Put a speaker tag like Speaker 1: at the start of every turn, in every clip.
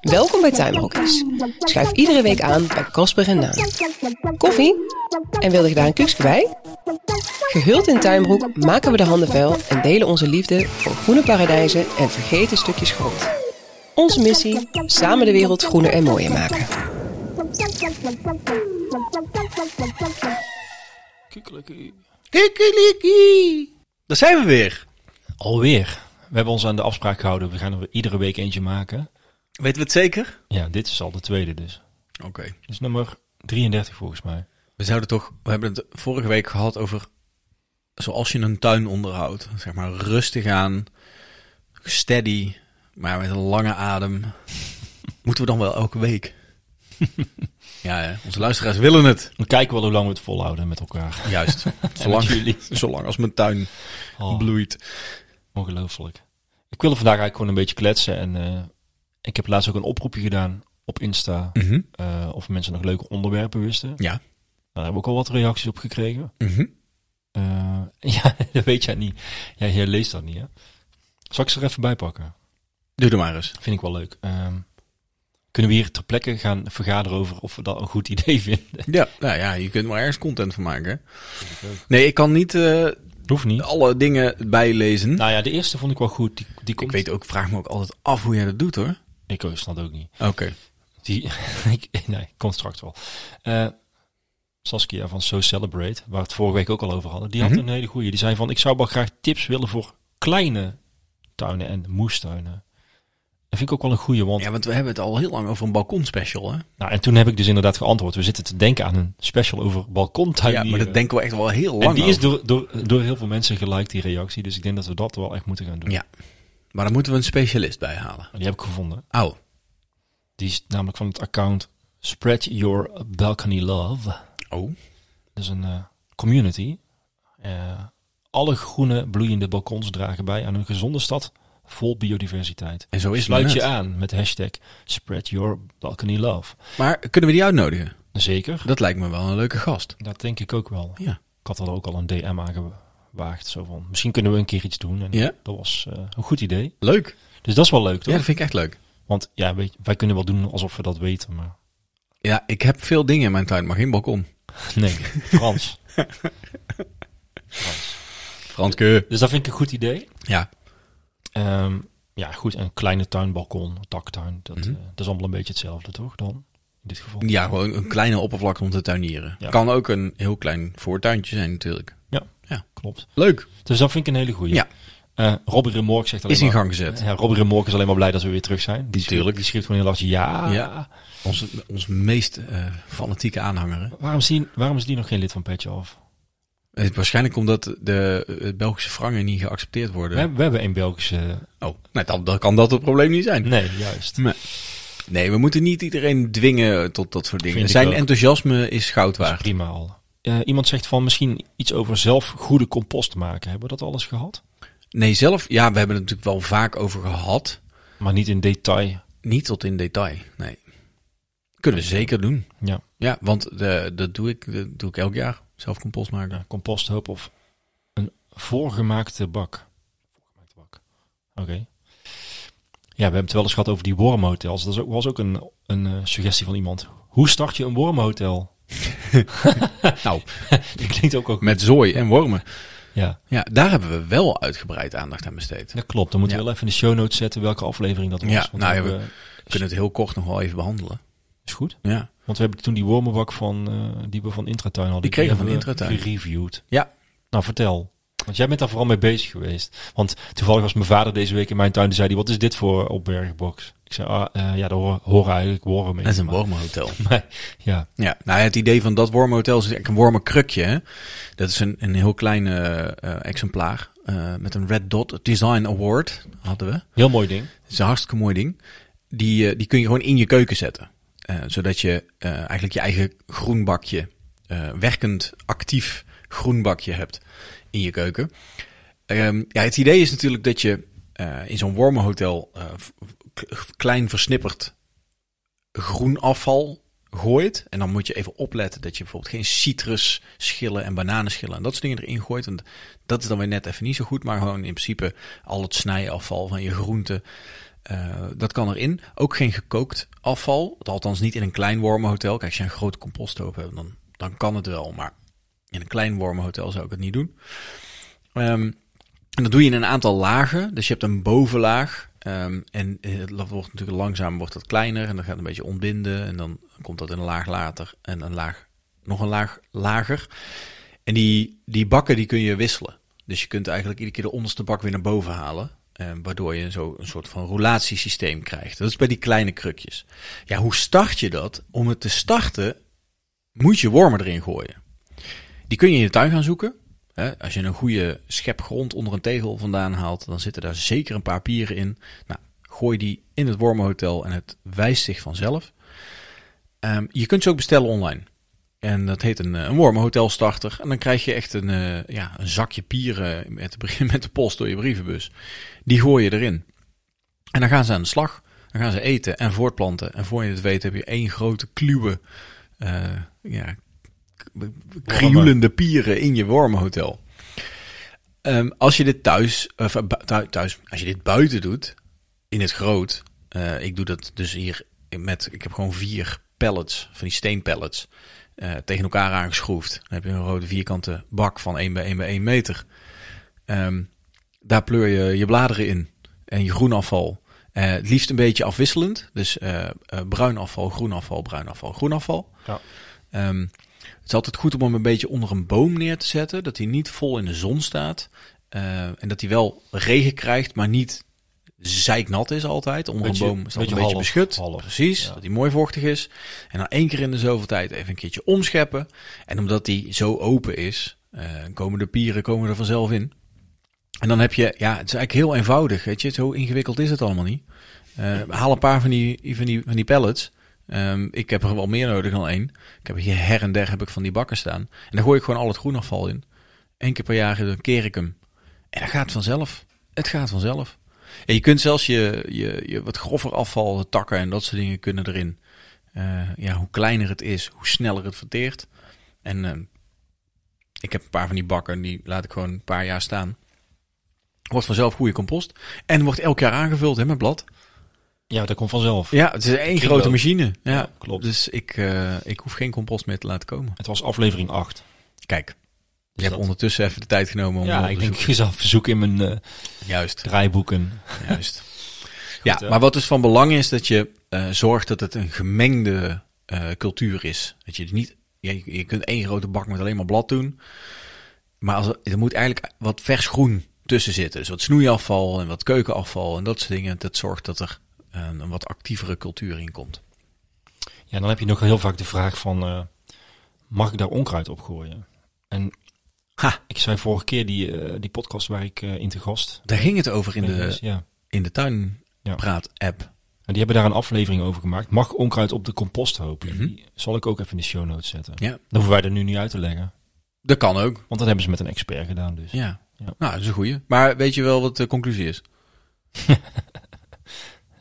Speaker 1: Welkom bij Tuinbroekjes. Schuif iedere week aan bij Kasper en Naam. Koffie? En wilde je daar een kuksje bij? Gehuld in tuinbroek maken we de handen vuil en delen onze liefde voor groene paradijzen en vergeten stukjes grond. Onze missie: samen de wereld groener en mooier maken.
Speaker 2: Kukkelekee.
Speaker 3: Kikkeliki. Daar zijn we weer.
Speaker 2: Alweer. We hebben ons aan de afspraak gehouden. We gaan er iedere week eentje maken.
Speaker 3: Weten we het zeker?
Speaker 2: Ja, dit is al de tweede dus.
Speaker 3: Oké.
Speaker 2: Dit is nummer 33 volgens mij.
Speaker 3: We zouden toch, we hebben het vorige week gehad over zoals je een tuin onderhoudt. Zeg maar rustig aan, steady, maar met een lange adem. Moeten we dan wel elke week? ja, hè, onze luisteraars willen het.
Speaker 2: We kijken wel hoe lang we het volhouden met elkaar.
Speaker 3: Juist.
Speaker 2: met
Speaker 3: Zolang,
Speaker 2: jullie.
Speaker 3: zolang als mijn tuin
Speaker 2: Oh,
Speaker 3: bloeit.
Speaker 2: ongelooflijk. Ik wilde vandaag eigenlijk gewoon een beetje kletsen. En eh, ik heb laatst ook een oproepje gedaan op Insta.
Speaker 3: Mhm.
Speaker 2: eh, of mensen nog leuke onderwerpen wisten. Nou,
Speaker 3: Ja.
Speaker 2: daar hebben we ook al wat reacties op gekregen.
Speaker 3: Mhm.
Speaker 2: Eh, ja, dat weet jij niet. Ja, jij leest dat niet, hè? Zal ik ze er even bij pakken?
Speaker 3: Doe er maar eens.
Speaker 2: Vind ik wel leuk. Ehm, kunnen we hier ter plekke gaan vergaderen over of we dat een goed idee vinden?
Speaker 3: Ja, nou ja, je kunt maar ergens content van maken. hè? Nee, ik kan niet eh,
Speaker 2: Hoeft niet.
Speaker 3: alle dingen bijlezen.
Speaker 2: Nou ja, de eerste vond ik wel goed. Die, die
Speaker 3: ik
Speaker 2: komt...
Speaker 3: weet ook, vraag me ook altijd af hoe jij dat doet hoor.
Speaker 2: Ik eh, snap het ook niet.
Speaker 3: Oké.
Speaker 2: Die, ik, nee, komt straks wel. Eh, Saskia van So Celebrate, waar we het vorige week ook al over hadden, die had
Speaker 3: Mhm.
Speaker 2: een hele goede. Die zei van, ik zou wel graag tips willen voor kleine tuinen en moestuinen. Dat vind ik ook wel een goede, want...
Speaker 3: Ja, want we hebben het al heel lang over een balkonspecial hè.
Speaker 2: Nou, en toen heb ik dus inderdaad geantwoord. We zitten te denken aan een special over
Speaker 3: ja,
Speaker 2: balkontuinieren.
Speaker 3: maar dat denken we echt wel heel lang
Speaker 2: eh, En die is
Speaker 3: over.
Speaker 2: door, door, door heel veel mensen geliked, die reactie. Dus ik denk dat we dat wel echt moeten gaan doen.
Speaker 3: Ja. Maar dan moeten we een specialist bij halen.
Speaker 2: Die heb ik gevonden.
Speaker 3: Au.
Speaker 2: Die is namelijk van het account Spread Your Balcony Love.
Speaker 3: Oh.
Speaker 2: Dat is een eh, community. Eh, alle groene bloeiende balkons dragen bij aan een gezonde stad vol biodiversiteit.
Speaker 3: En zo is het
Speaker 2: Sluit
Speaker 3: maar
Speaker 2: je
Speaker 3: net.
Speaker 2: aan met hashtag Spread Your Balcony Love.
Speaker 3: Maar kunnen we die uitnodigen?
Speaker 2: Zeker,
Speaker 3: Dat lijkt me wel een leuke gast.
Speaker 2: dat denk ik ook wel.
Speaker 3: Ja.
Speaker 2: Ik had er ook al een DM aangewaagd. Zo van, misschien kunnen we een keer iets doen. En
Speaker 3: Ja.
Speaker 2: Dat was eh, een goed idee.
Speaker 3: Leuk.
Speaker 2: Dus dat is wel leuk,
Speaker 3: Ja,
Speaker 2: toch?
Speaker 3: dat vind ik echt leuk.
Speaker 2: Want ja, weet je, wij kunnen wel doen alsof we dat weten, maar
Speaker 3: Ja, ik heb veel dingen in mijn tuin, maar geen balkon.
Speaker 2: nee, Frans. Frans.
Speaker 3: Franske.
Speaker 2: Dus dat vind ik een goed idee.
Speaker 3: Ja.
Speaker 2: Ehm, ja, goed, een kleine tuinbalkon, een daktuin, dat,
Speaker 3: Mhm.
Speaker 2: eh, dat is allemaal een beetje hetzelfde, toch? Dan, in dit geval.
Speaker 3: Ja, gewoon een kleine oppervlak om te tuinieren.
Speaker 2: Ja.
Speaker 3: Kan ook een heel klein voortuintje zijn natuurlijk.
Speaker 2: Klopt.
Speaker 3: Leuk.
Speaker 2: Dus dat vind ik een hele goede.
Speaker 3: Ja.
Speaker 2: Eh, Robbie Remork zegt alleen
Speaker 3: Is in
Speaker 2: maar...
Speaker 3: gang gezet.
Speaker 2: Ja, Robbie Remork is alleen maar blij dat we weer terug zijn. Die schreef,
Speaker 3: Tuurlijk.
Speaker 2: die schreef gewoon heel last, ja.
Speaker 3: Ja. Onze, ons meest eh, fanatieke aanhanger. hè?
Speaker 2: Waarom, is die, waarom is die nog geen lid van Petje Af?
Speaker 3: Eh, waarschijnlijk omdat de eh, Belgische frangen niet geaccepteerd worden.
Speaker 2: We, hebben- we hebben een Belgische...
Speaker 3: Oh, nou, dan, dan kan dat het probleem niet zijn.
Speaker 2: Nee, juist.
Speaker 3: Nee, we moeten niet iedereen dwingen eh, tot dat soort dingen.
Speaker 2: Vind ik
Speaker 3: Zijn
Speaker 2: ook.
Speaker 3: enthousiasme is goud
Speaker 2: Dat is
Speaker 3: waard.
Speaker 2: prima al. Eh, iemand zegt van misschien iets over zelf goede compost maken. Hebben we dat alles gehad?
Speaker 3: Nee, zelf, ja, we hebben het natuurlijk wel vaak over gehad.
Speaker 2: Maar niet in detail.
Speaker 3: Niet tot in detail, nee. Kunnen we zeker doen.
Speaker 2: Ja,
Speaker 3: Ja, want de, dat, doe ik, dat doe ik elk jaar. Zelf compost maken.
Speaker 2: ja composthoop of een voorgemaakte bak. Voorgemaakte bak. Oké. Ja, we hebben het wel eens gehad over die wormhotels. Dat is ook- was ook een, een eh, suggestie van iemand. Hoe start je een wormhotel?
Speaker 3: Nou,
Speaker 2: Dat klinkt ook ook.
Speaker 3: met zooi en wormen.
Speaker 2: Ja,
Speaker 3: Ja, daar hebben we wel uitgebreid aandacht aan besteed.
Speaker 2: dat klopt. Dan moeten we
Speaker 3: Ja.
Speaker 2: wel even in de show notes zetten welke aflevering dat was.
Speaker 3: Ja, nou ja,
Speaker 2: we,
Speaker 3: we- We kunnen het heel kort nog wel even behandelen.
Speaker 2: is goed.
Speaker 3: Ja,
Speaker 2: Want we hebben toen die wormenbak van, eh, die we van Intratuin hadden.
Speaker 3: Die kregen we
Speaker 2: hebben
Speaker 3: van
Speaker 2: we
Speaker 3: Intratuin.
Speaker 2: Gereviewd.
Speaker 3: Ja.
Speaker 2: Nou, vertel. Want jij bent daar vooral mee bezig geweest. Want toevallig was mijn vader deze week in mijn tuin. Die zei die, wat is dit voor opbergbox? Ik zei, ah, eh, ja, daar horen, horen eigenlijk wormen mee.
Speaker 3: dat is een
Speaker 2: Maar-
Speaker 3: wormenhotel.
Speaker 2: maar- ja,
Speaker 3: Ja, nou ja, het idee van dat wormhotel is eigenlijk een wormenkrukje. Hè? Dat is een, een heel klein eh, eh, exemplaar eh, met een Red Dot Design Award hadden we.
Speaker 2: heel mooi ding.
Speaker 3: Het is een hartstikke mooi ding. Die, eh, die kun je gewoon in je keuken zetten. Eh, zodat je eh, eigenlijk je eigen groenbakje, eh, werkend actief groenbakje hebt in je keuken. Ehm, ja, het idee is natuurlijk dat je eh, in zo'n wormenhotel eh, v- k- klein versnipperd groen afval gooit. En dan moet je even opletten dat je bijvoorbeeld geen citrusschillen en bananenschillen en dat soort dingen erin gooit. En dat is dan weer net even niet zo goed. Maar gewoon in principe al het snijafval van je groenten. eh, dat kan erin. Ook geen gekookt afval. Althans niet in een klein wormenhotel. Kijk, als je een grote composthoop hebt, dan, dan kan het wel. Maar in een klein wormenhotel zou ik het niet doen. Ehm, en dat doe je in een aantal lagen. Dus je hebt een bovenlaag. ehm, en eh, dat wordt natuurlijk langzaam wordt dat kleiner. En dat gaat een beetje ontbinden. En dan komt dat in een laag later. En een laag, nog een laag lager. En die, die bakken die kun je wisselen. Dus je kunt eigenlijk iedere keer de onderste bak weer naar boven halen. eh, waardoor je zo een soort van roulatiesysteem krijgt. Dat is bij die kleine krukjes. Ja, hoe start je dat? Om het te starten moet je wormen erin gooien. Die kun je in je tuin gaan zoeken. Hè, als je een goede schep grond onder een tegel vandaan haalt, dan zitten daar zeker een paar pieren in. Nou, gooi die in het wormenhotel en het wijst zich vanzelf. Ehm, je kunt ze ook bestellen online. En dat heet een, eh, een wormenhotelstarter. En dan krijg je echt een, eh, ja, een zakje pieren met de, brie- met de post door je brievenbus. Die gooi je erin. En dan gaan ze aan de slag. Dan gaan ze eten en voortplanten. En voor je het weet heb je één grote kluwe eh, ja, krioelende pieren in je wormenhotel. Ehm, als je dit thuis, of, eh, bu- thui- thuis, als je dit buiten doet, in het groot. eh, ik doe dat dus hier met, ik heb gewoon vier pallets, van die steenpallets, eh, tegen elkaar aangeschroefd. Dan heb je een rode vierkante bak van 1 bij 1 bij 1 meter. Ehm, daar pleur je je bladeren in en je groenafval. Eh, het liefst een beetje afwisselend. Dus eh, eh, bruin afval, groen afval, bruin afval, groen afval.
Speaker 2: Ja.
Speaker 3: Ehm, het is altijd goed om hem een beetje onder een boom neer te zetten. Dat hij niet vol in de zon staat. Eh, en dat hij wel regen krijgt, maar niet zeiknat is altijd. Onder
Speaker 2: Beetje-
Speaker 3: een boom is dat
Speaker 2: beetje
Speaker 3: een beetje
Speaker 2: half,
Speaker 3: beschut.
Speaker 2: half,
Speaker 3: Precies,
Speaker 2: ja.
Speaker 3: dat hij mooi vochtig is. En dan één keer in de zoveel tijd even een keertje omscheppen. En omdat die zo open is, eh, komen de pieren komen er vanzelf in. En dan heb je, ja, het is eigenlijk heel eenvoudig, weet je. Zo ingewikkeld is het allemaal niet. Eh, haal een paar van die, van die, van die pallets. Ehm, ik heb er wel meer nodig dan één. Ik heb hier her en der heb ik van die bakken staan. En dan gooi ik gewoon al het groenafval in. Eén keer per jaar dan keer ik hem. En dat gaat vanzelf. Het gaat vanzelf. En je kunt zelfs je, je, je wat grover afval, takken en dat soort dingen kunnen erin. Eh, ja, hoe kleiner het is, hoe sneller het verteert. En ehm, ik heb een paar van die bakken, die laat ik gewoon een paar jaar staan. Wordt vanzelf goede compost. En wordt elk jaar aangevuld hè, met blad.
Speaker 2: Ja, dat komt vanzelf.
Speaker 3: Ja, het is één
Speaker 2: Kringloop.
Speaker 3: grote machine. Ja,
Speaker 2: Ja, klopt.
Speaker 3: Dus ik, eh, ik hoef geen compost meer te laten komen.
Speaker 2: Het was aflevering 8.
Speaker 3: Kijk, je hebt
Speaker 2: Dus dat-
Speaker 3: ondertussen even de tijd genomen om
Speaker 2: ja,
Speaker 3: dat
Speaker 2: ik
Speaker 3: te
Speaker 2: denk, ik zal verzoeken in mijn eh,
Speaker 3: zoeken. Juist.
Speaker 2: draaiboeken.
Speaker 3: Juist. ja,
Speaker 2: hè?
Speaker 3: maar wat dus van belang is, dat je eh, zorgt dat het een gemengde eh, cultuur is. Dat je het niet, je, je kunt één grote bak met alleen maar blad doen. Maar als, er er moet eigenlijk wat vers groen tussen zitten. Dus wat snoeiafval en wat keukenafval en dat soort dingen. Dat zorgt dat er eh, een wat actievere cultuur in komt.
Speaker 2: Ja, dan heb je nog heel vaak de vraag van, eh, mag ik daar onkruid op gooien? En
Speaker 3: Ha,
Speaker 2: ik zei vorige keer die, eh, die podcast waar ik eh, in te gast
Speaker 3: daar ging het over in
Speaker 2: ben geweest,
Speaker 3: de,
Speaker 2: Ja.
Speaker 3: in de tuinpraat-app.
Speaker 2: En die hebben daar een aflevering over gemaakt. Mag onkruid op de composthoop?
Speaker 3: Mhm.
Speaker 2: Die zal ik ook even in de show notes zetten.
Speaker 3: Ja.
Speaker 2: Dan hoeven wij er nu niet uit te leggen.
Speaker 3: Dat kan ook.
Speaker 2: Want dat hebben ze met een expert gedaan dus.
Speaker 3: Ja.
Speaker 2: Ja.
Speaker 3: Nou, dat is een goeie. Maar weet je wel wat de conclusie is?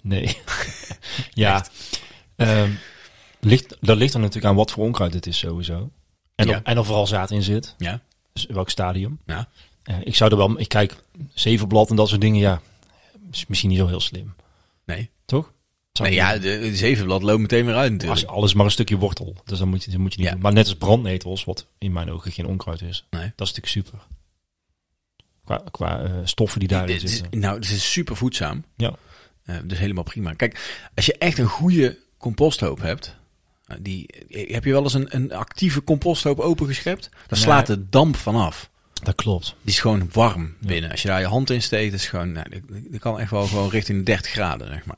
Speaker 2: Nee. ja. Ehm, ligt, dat ligt er natuurlijk aan wat voor onkruid het is sowieso. En,
Speaker 3: Ja.
Speaker 2: of, en of er al zaad in zit.
Speaker 3: Ja.
Speaker 2: Dus in welk stadium.
Speaker 3: Ja.
Speaker 2: Eh, ik zou er wel... Ik kijk, zevenblad en dat soort dingen, ja. Is misschien niet zo heel slim.
Speaker 3: Nee.
Speaker 2: Toch? Zou
Speaker 3: Nee,
Speaker 2: ik-
Speaker 3: ja, de, de zevenblad loopt meteen weer uit natuurlijk.
Speaker 2: Als alles maar een stukje wortel. Dus dan moet je, dan moet je niet
Speaker 3: Ja.
Speaker 2: doen. Maar net als brandnetels, wat in mijn ogen geen onkruid is.
Speaker 3: Nee.
Speaker 2: Dat is natuurlijk super. Qua, qua eh, stoffen die daarin
Speaker 3: Dit is-
Speaker 2: zitten.
Speaker 3: nou, het is super voedzaam.
Speaker 2: Ja.
Speaker 3: Eh, dus helemaal prima. Kijk, als je echt een goede composthoop hebt, eh, die, eh, heb je wel eens een, een actieve composthoop opengeschept? Dan
Speaker 2: Nee.
Speaker 3: slaat de damp vanaf.
Speaker 2: Dat klopt.
Speaker 3: Die is gewoon warm binnen. Als je daar je hand in steekt, is gewoon, nou, dat, dat kan echt wel gewoon richting de 30 graden, zeg maar.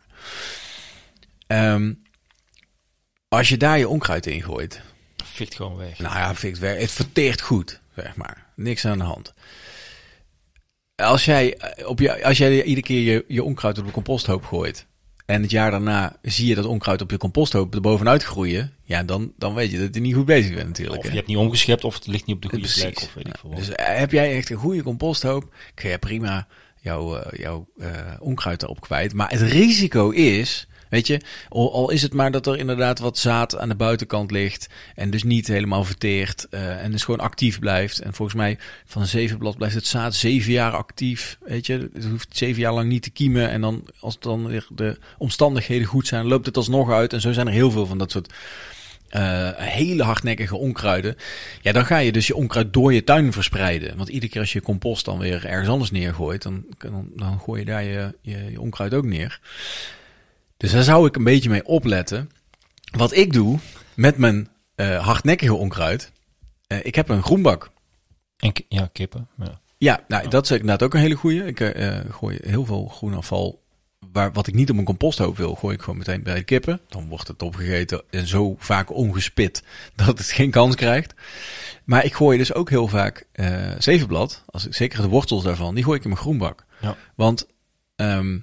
Speaker 3: Ehm, als je daar je onkruid in gooit,
Speaker 2: Fikt gewoon weg.
Speaker 3: nou ja, vind ik het, wel- het verteert goed, zeg maar. Niks aan de hand. Als jij, eh, op je, als jij iedere keer je, je onkruid op de composthoop gooit... en het jaar daarna zie je dat onkruid op je composthoop erbovenuit groeien... ja, dan, dan weet je dat je niet goed bezig bent natuurlijk.
Speaker 2: Of je
Speaker 3: hè.
Speaker 2: hebt niet omgeschept of het ligt niet op de goede
Speaker 3: Precies.
Speaker 2: plek. Of weet ik
Speaker 3: Ja,
Speaker 2: veel wat.
Speaker 3: Dus eh, heb jij echt een goede composthoop, kun je prima jouw, eh, jouw eh, onkruid erop kwijt. Maar het risico is Weet je, al, al is het maar dat er inderdaad wat zaad aan de buitenkant ligt en dus niet helemaal verteert eh, en dus gewoon actief blijft. En volgens mij van een zevenblad blijft het zaad zeven jaar actief. Weet je, het hoeft zeven jaar lang niet te kiemen en dan als dan weer de omstandigheden goed zijn, loopt het alsnog uit. En zo zijn er heel veel van dat soort eh, hele hardnekkige onkruiden. Ja, dan ga je dus je onkruid door je tuin verspreiden. Want iedere keer als je compost dan weer ergens anders neergooit, dan, dan, dan gooi je daar je, je, je onkruid ook neer. Dus daar zou ik een beetje mee opletten. Wat ik doe met mijn eh, hardnekkige onkruid, eh, ik heb een groenbak.
Speaker 2: En ki- ja, kippen. Ja.
Speaker 3: Ja,
Speaker 2: Oh.
Speaker 3: nou, dat is inderdaad ook een hele goeie. Ik eh, eh, gooi heel veel groenafval. Waar, wat ik niet op mijn composthoop wil, gooi ik gewoon meteen bij de kippen. Dan wordt het opgegeten en zo vaak omgespit dat het geen kans krijgt. Maar ik gooi dus ook heel vaak eh, zevenblad, als ik, zeker de wortels daarvan, die gooi ik in mijn groenbak.
Speaker 2: Ja.
Speaker 3: Want ehm,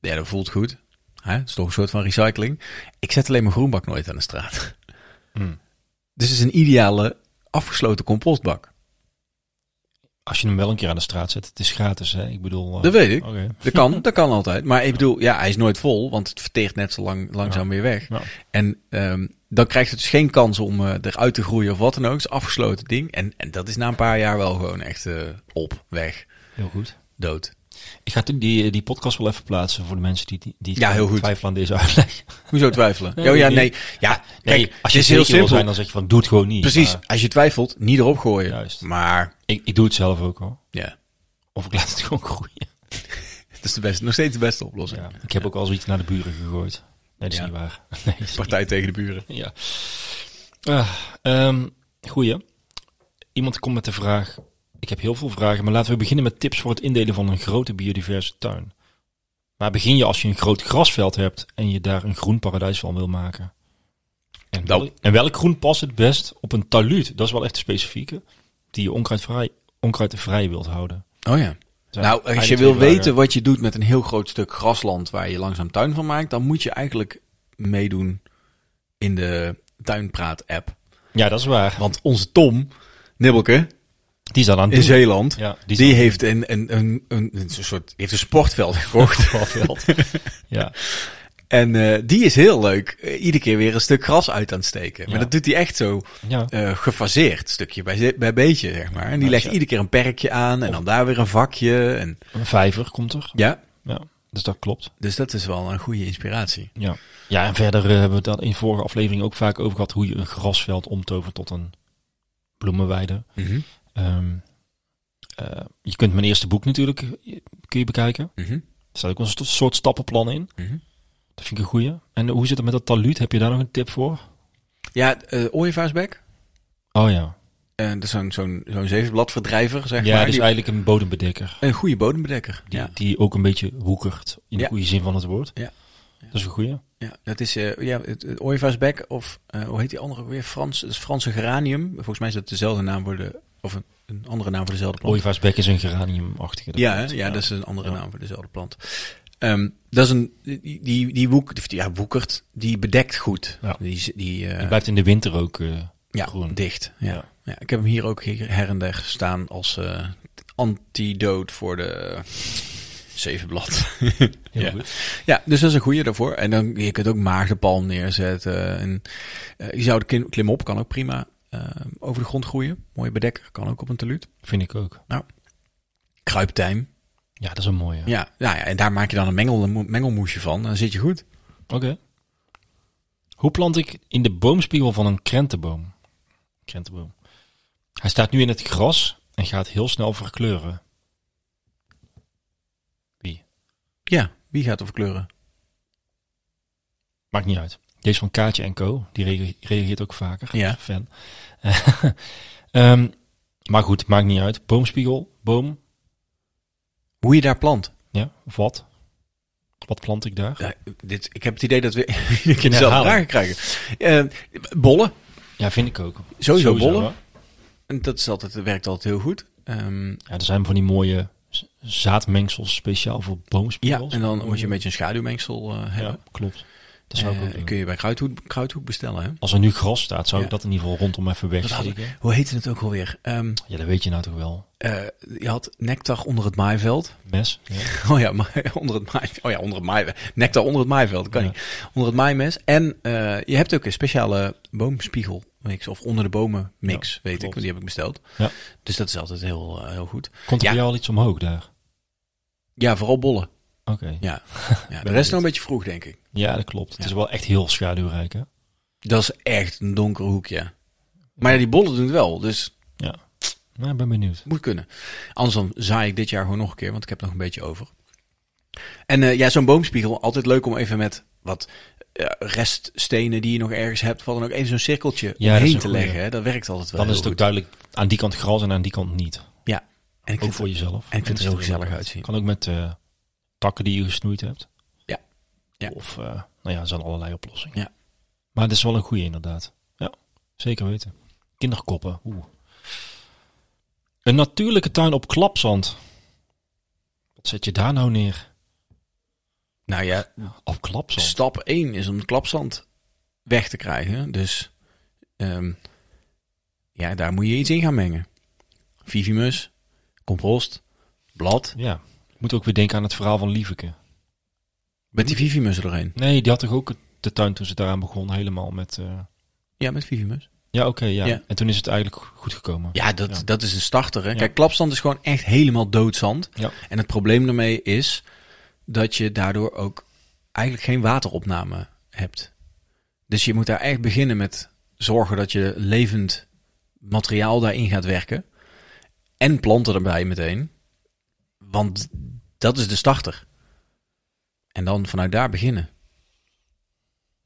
Speaker 3: ja, dat voelt goed. Hè? Het is toch een soort van recycling. Ik zet alleen mijn groenbak nooit aan de straat.
Speaker 2: Hmm.
Speaker 3: Dus het is een ideale afgesloten compostbak.
Speaker 2: Als je hem wel een keer aan de straat zet, het is gratis, hè? Ik bedoel... eh,
Speaker 3: Dat weet ik.
Speaker 2: Oké.
Speaker 3: Dat kan, dat kan altijd. Maar ik bedoel, ja, hij is nooit vol, want het verteert net zo lang, langzaam weer weg.
Speaker 2: Nou,
Speaker 3: En ehm, dan krijgt het dus geen kans om eh, eruit te groeien of wat dan ook. Het is een afgesloten ding. En, en dat is na een paar jaar wel gewoon echt eh, op, weg,
Speaker 2: heel goed.
Speaker 3: dood.
Speaker 2: Ik ga die- eh, die, die podcast wel even plaatsen voor de mensen die, die, die
Speaker 3: Ja, heel goed.
Speaker 2: twijfelen aan deze uitleg.
Speaker 3: Hoezo twijfelen?
Speaker 2: Nee,
Speaker 3: oh ja,
Speaker 2: nee.
Speaker 3: nee. Ja, kijk,
Speaker 2: nee,
Speaker 3: het
Speaker 2: als je
Speaker 3: is heel simpel.
Speaker 2: Zijn, dan zeg je van, doe het gewoon niet.
Speaker 3: Precies,
Speaker 2: Maar
Speaker 3: als je twijfelt, niet erop gooien.
Speaker 2: Juist.
Speaker 3: Maar,
Speaker 2: Ik, ik doe het zelf ook al.
Speaker 3: ja,
Speaker 2: Of ik laat het gewoon groeien.
Speaker 3: dat is de beste, nog steeds de beste oplossing.
Speaker 2: Ja, ik heb ook al zoiets naar de buren gegooid. Nee, dat is
Speaker 3: Ja.
Speaker 2: niet waar. Nee, dat is niet
Speaker 3: Partij tegen de buren.
Speaker 2: Ja. Ah, ehm, goeie. Iemand komt met de vraag. Ik heb heel veel vragen, maar laten we beginnen met tips voor het indelen van een grote biodiverse tuin. Maar begin je als je een groot grasveld hebt en je daar een groen paradijs van wil maken? En,
Speaker 3: Nou.
Speaker 2: wel- en welk groen past het best op een taluut? Dat is wel echt de specifieke. Die je onkruidvrij, onkruidvrij wilt houden.
Speaker 3: Oh ja.
Speaker 2: Zijn
Speaker 3: nou, als je
Speaker 2: eigenlijk
Speaker 3: wil
Speaker 2: twee vragen.
Speaker 3: weten wat je doet met een heel groot stuk grasland waar je langzaam tuin van maakt, dan moet je eigenlijk meedoen in de tuinpraat-app.
Speaker 2: Ja, dat is waar.
Speaker 3: Want onze Tom Nibbelke
Speaker 2: Die is dan aan
Speaker 3: in
Speaker 2: het doen.
Speaker 3: Zeeland,
Speaker 2: Ja,
Speaker 3: die,
Speaker 2: is aan-
Speaker 3: heeft een, een, een, een, een soort heeft een sportveld gekocht.
Speaker 2: Ja,
Speaker 3: en eh, die is heel leuk. eh, iedere keer weer een stuk gras uit aan het steken. Maar
Speaker 2: Ja.
Speaker 3: dat doet hij echt zo
Speaker 2: ja.
Speaker 3: eh, gefaseerd, stukje bij, ze- bij beetje, zeg maar. En die
Speaker 2: Nou,
Speaker 3: legt
Speaker 2: ja.
Speaker 3: iedere keer een perkje aan en dan daar weer een vakje. En,
Speaker 2: Een vijver komt er.
Speaker 3: ja,
Speaker 2: Ja, dus dat klopt.
Speaker 3: dus dat is wel een goede inspiratie.
Speaker 2: Ja. ja, en verder eh, hebben we het daar in vorige aflevering ook vaak over gehad hoe je een grasveld omtovert tot een bloemenweide.
Speaker 3: Mhm.
Speaker 2: Ehm, eh, je kunt mijn eerste boek natuurlijk eh, kun je bekijken.
Speaker 3: Mhm.
Speaker 2: Er staat ook een sto- soort stappenplan in.
Speaker 3: Mhm.
Speaker 2: Dat vind ik een goeie. En hoe zit het met dat taluut? Heb je daar nog een tip voor?
Speaker 3: Ja, eh ooievaarsbek.
Speaker 2: Oh ja.
Speaker 3: Eh, dat is zo'n zo'n zo'n zevenbladverdrijver, zeg
Speaker 2: Ja,
Speaker 3: maar.
Speaker 2: dus
Speaker 3: Die-
Speaker 2: eigenlijk een bodembedekker.
Speaker 3: Een goede bodembedekker.
Speaker 2: Die,
Speaker 3: Ja.
Speaker 2: die ook een beetje hoekert. In
Speaker 3: Ja.
Speaker 2: de goede zin van het woord.
Speaker 3: Ja.
Speaker 2: Dat is een goeie.
Speaker 3: ja, dat is eh, ja, het, het ooievaarsbek of eh, hoe heet die andere ook weer? Frans, dat is Franse geranium. Volgens mij is dat dezelfde naam voor de, of een, een andere naam voor dezelfde plant.
Speaker 2: Ooievaarsbek is een geraniumachtige. dat
Speaker 3: ja, hè?
Speaker 2: klopt.
Speaker 3: ja, dat is een andere
Speaker 2: Ja.
Speaker 3: naam voor dezelfde plant. Ehm, dat is een, die, die, die woek, of die- ja, woekert, die bedekt goed.
Speaker 2: Ja.
Speaker 3: Die, z- die, eh,
Speaker 2: Die blijft in de winter ook eh,
Speaker 3: ja,
Speaker 2: groen.
Speaker 3: dicht. Ja.
Speaker 2: Ja.
Speaker 3: Ja. ik heb hem hier ook hier her en der staan als eh antidoot voor de zevenblad.
Speaker 2: heel
Speaker 3: Ja.
Speaker 2: goed.
Speaker 3: Ja, dus dat is een goede daarvoor. En dan je kunt ook maagdenpalm neerzetten. En, eh, je zou de klim- klimop kan ook prima eh, over de grond groeien. Mooie bedekker kan ook op een teluut.
Speaker 2: Vind ik ook.
Speaker 3: Kruiptijm.
Speaker 2: Ja, dat is een mooie.
Speaker 3: Ja. Ja, nou ja, en daar maak je dan een mengel, een mo- mengelmoesje van. Dan zit je goed.
Speaker 2: Oké. Hoe plant ik in de boomspiegel van een krentenboom? Krentenboom. Hij staat nu in het gras en gaat heel snel verkleuren.
Speaker 3: Ja, wie gaat er verkleuren?
Speaker 2: Maakt niet uit. Deze van Kaatje en Co. Die reage- reageert ook vaker.
Speaker 3: Ja.
Speaker 2: Is een Fan. Ehm, maar goed, maakt niet uit. Boomspiegel, boom,
Speaker 3: Hoe je daar plant.
Speaker 2: ja, of wat? Wat plant ik daar?
Speaker 3: Ja, dit, ik heb het idee dat we ik zelf
Speaker 2: herhaling.
Speaker 3: vragen krijgen. Eh, bollen.
Speaker 2: Ja, vind ik ook.
Speaker 3: Sowieso, bollen.
Speaker 2: hè?
Speaker 3: En Dat is altijd, werkt altijd heel goed. Ehm,
Speaker 2: Ja, er zijn van die mooie z- zaadmengsels speciaal voor
Speaker 3: ja,
Speaker 2: boomspiegels.
Speaker 3: en dan moet je een beetje een schaduwmengsel eh, hebben.
Speaker 2: Ja, klopt. Dat zou ik ook
Speaker 3: Eh,
Speaker 2: doen.
Speaker 3: kun je bij Kruidhoek, Kruidhoek bestellen, hè?
Speaker 2: Als er nu gras staat, zou ik
Speaker 3: Ja.
Speaker 2: dat in ieder geval rondom even
Speaker 3: Dat hadden-
Speaker 2: wegsteken.
Speaker 3: hoe heette het ook alweer? Ehm,
Speaker 2: Ja, dat weet je nou toch wel.
Speaker 3: eh, je had nectar onder het maaiveld.
Speaker 2: Mes. Ja.
Speaker 3: Oh ja, ma- onder het maai. Oh ja, onder het maai. Nectar onder het maaiveld, kan
Speaker 2: Ja.
Speaker 3: niet. Onder het maaimes. En eh, je hebt ook een speciale boomspiegel mix of onder de bomen mix,
Speaker 2: Ja,
Speaker 3: weet ik,
Speaker 2: klopt.
Speaker 3: want die heb ik besteld.
Speaker 2: Ja.
Speaker 3: Dus dat is altijd heel, eh, heel goed.
Speaker 2: Komt er
Speaker 3: Ja.
Speaker 2: bij jou al iets omhoog daar?
Speaker 3: Ja, vooral bollen.
Speaker 2: Oké.
Speaker 3: Ja. ja de
Speaker 2: Ben
Speaker 3: rest
Speaker 2: benieuwd.
Speaker 3: nog een beetje vroeg, denk ik.
Speaker 2: Ja, dat klopt. Het
Speaker 3: Ja.
Speaker 2: is wel echt heel schaduwrijk, hè?
Speaker 3: Dat is echt een donker hoekje. Maar ja, die bollen doen het wel, dus
Speaker 2: Nou, ik ben benieuwd.
Speaker 3: het moet kunnen. Anders dan zaai ik dit jaar gewoon nog een keer, want ik heb nog een beetje over. En eh, ja, zo'n boomspiegel, altijd leuk om even met wat eh, reststenen die je nog ergens hebt, wat dan ook, even zo'n cirkeltje
Speaker 2: Ja, dat is
Speaker 3: omheen
Speaker 2: een
Speaker 3: te
Speaker 2: goeie.
Speaker 3: leggen. Hè? Dat werkt altijd wel
Speaker 2: Dan is
Speaker 3: heel
Speaker 2: het ook
Speaker 3: goed.
Speaker 2: duidelijk aan die kant gras en aan die kant niet.
Speaker 3: En ik
Speaker 2: Ook
Speaker 3: vind
Speaker 2: voor jezelf.
Speaker 3: en ik vind het heel
Speaker 2: ziet er
Speaker 3: gezellig
Speaker 2: leuk
Speaker 3: uitzien.
Speaker 2: Kan ook met eh, takken die je gesnoeid hebt.
Speaker 3: Ja. Ja.
Speaker 2: Of, eh, nou ja, er zijn allerlei oplossingen.
Speaker 3: Ja.
Speaker 2: Maar het is wel een goede inderdaad. Ja, zeker weten. Kinderkoppen. Oeh. Een natuurlijke tuin op klapzand. Wat zet je daar nou neer?
Speaker 3: Nou ja,
Speaker 2: Op klapzand?
Speaker 3: stap 1 is om het klapzand weg te krijgen. Dus ehm, ja, daar moet je iets in gaan mengen. Vivimus, compost, blad.
Speaker 2: Ja. Ik moet ook weer denken aan het verhaal van Lieveke.
Speaker 3: Met die vivimus er doorheen.
Speaker 2: Nee, die had toch ook de tuin toen ze daaraan begon helemaal met... eh,
Speaker 3: Ja, met vivimus.
Speaker 2: Ja, oké, ja.
Speaker 3: Ja.
Speaker 2: En toen is het eigenlijk goed gekomen.
Speaker 3: Ja, dat,
Speaker 2: Ja.
Speaker 3: dat is een starter. Hè?
Speaker 2: Ja.
Speaker 3: Kijk, klapzand is gewoon echt helemaal doodzand.
Speaker 2: Ja.
Speaker 3: En het probleem daarmee is dat je daardoor ook eigenlijk geen wateropname hebt. Dus je moet daar echt beginnen met zorgen dat je levend materiaal daarin gaat werken. En planten erbij meteen. Want dat is de starter. En dan vanuit daar beginnen.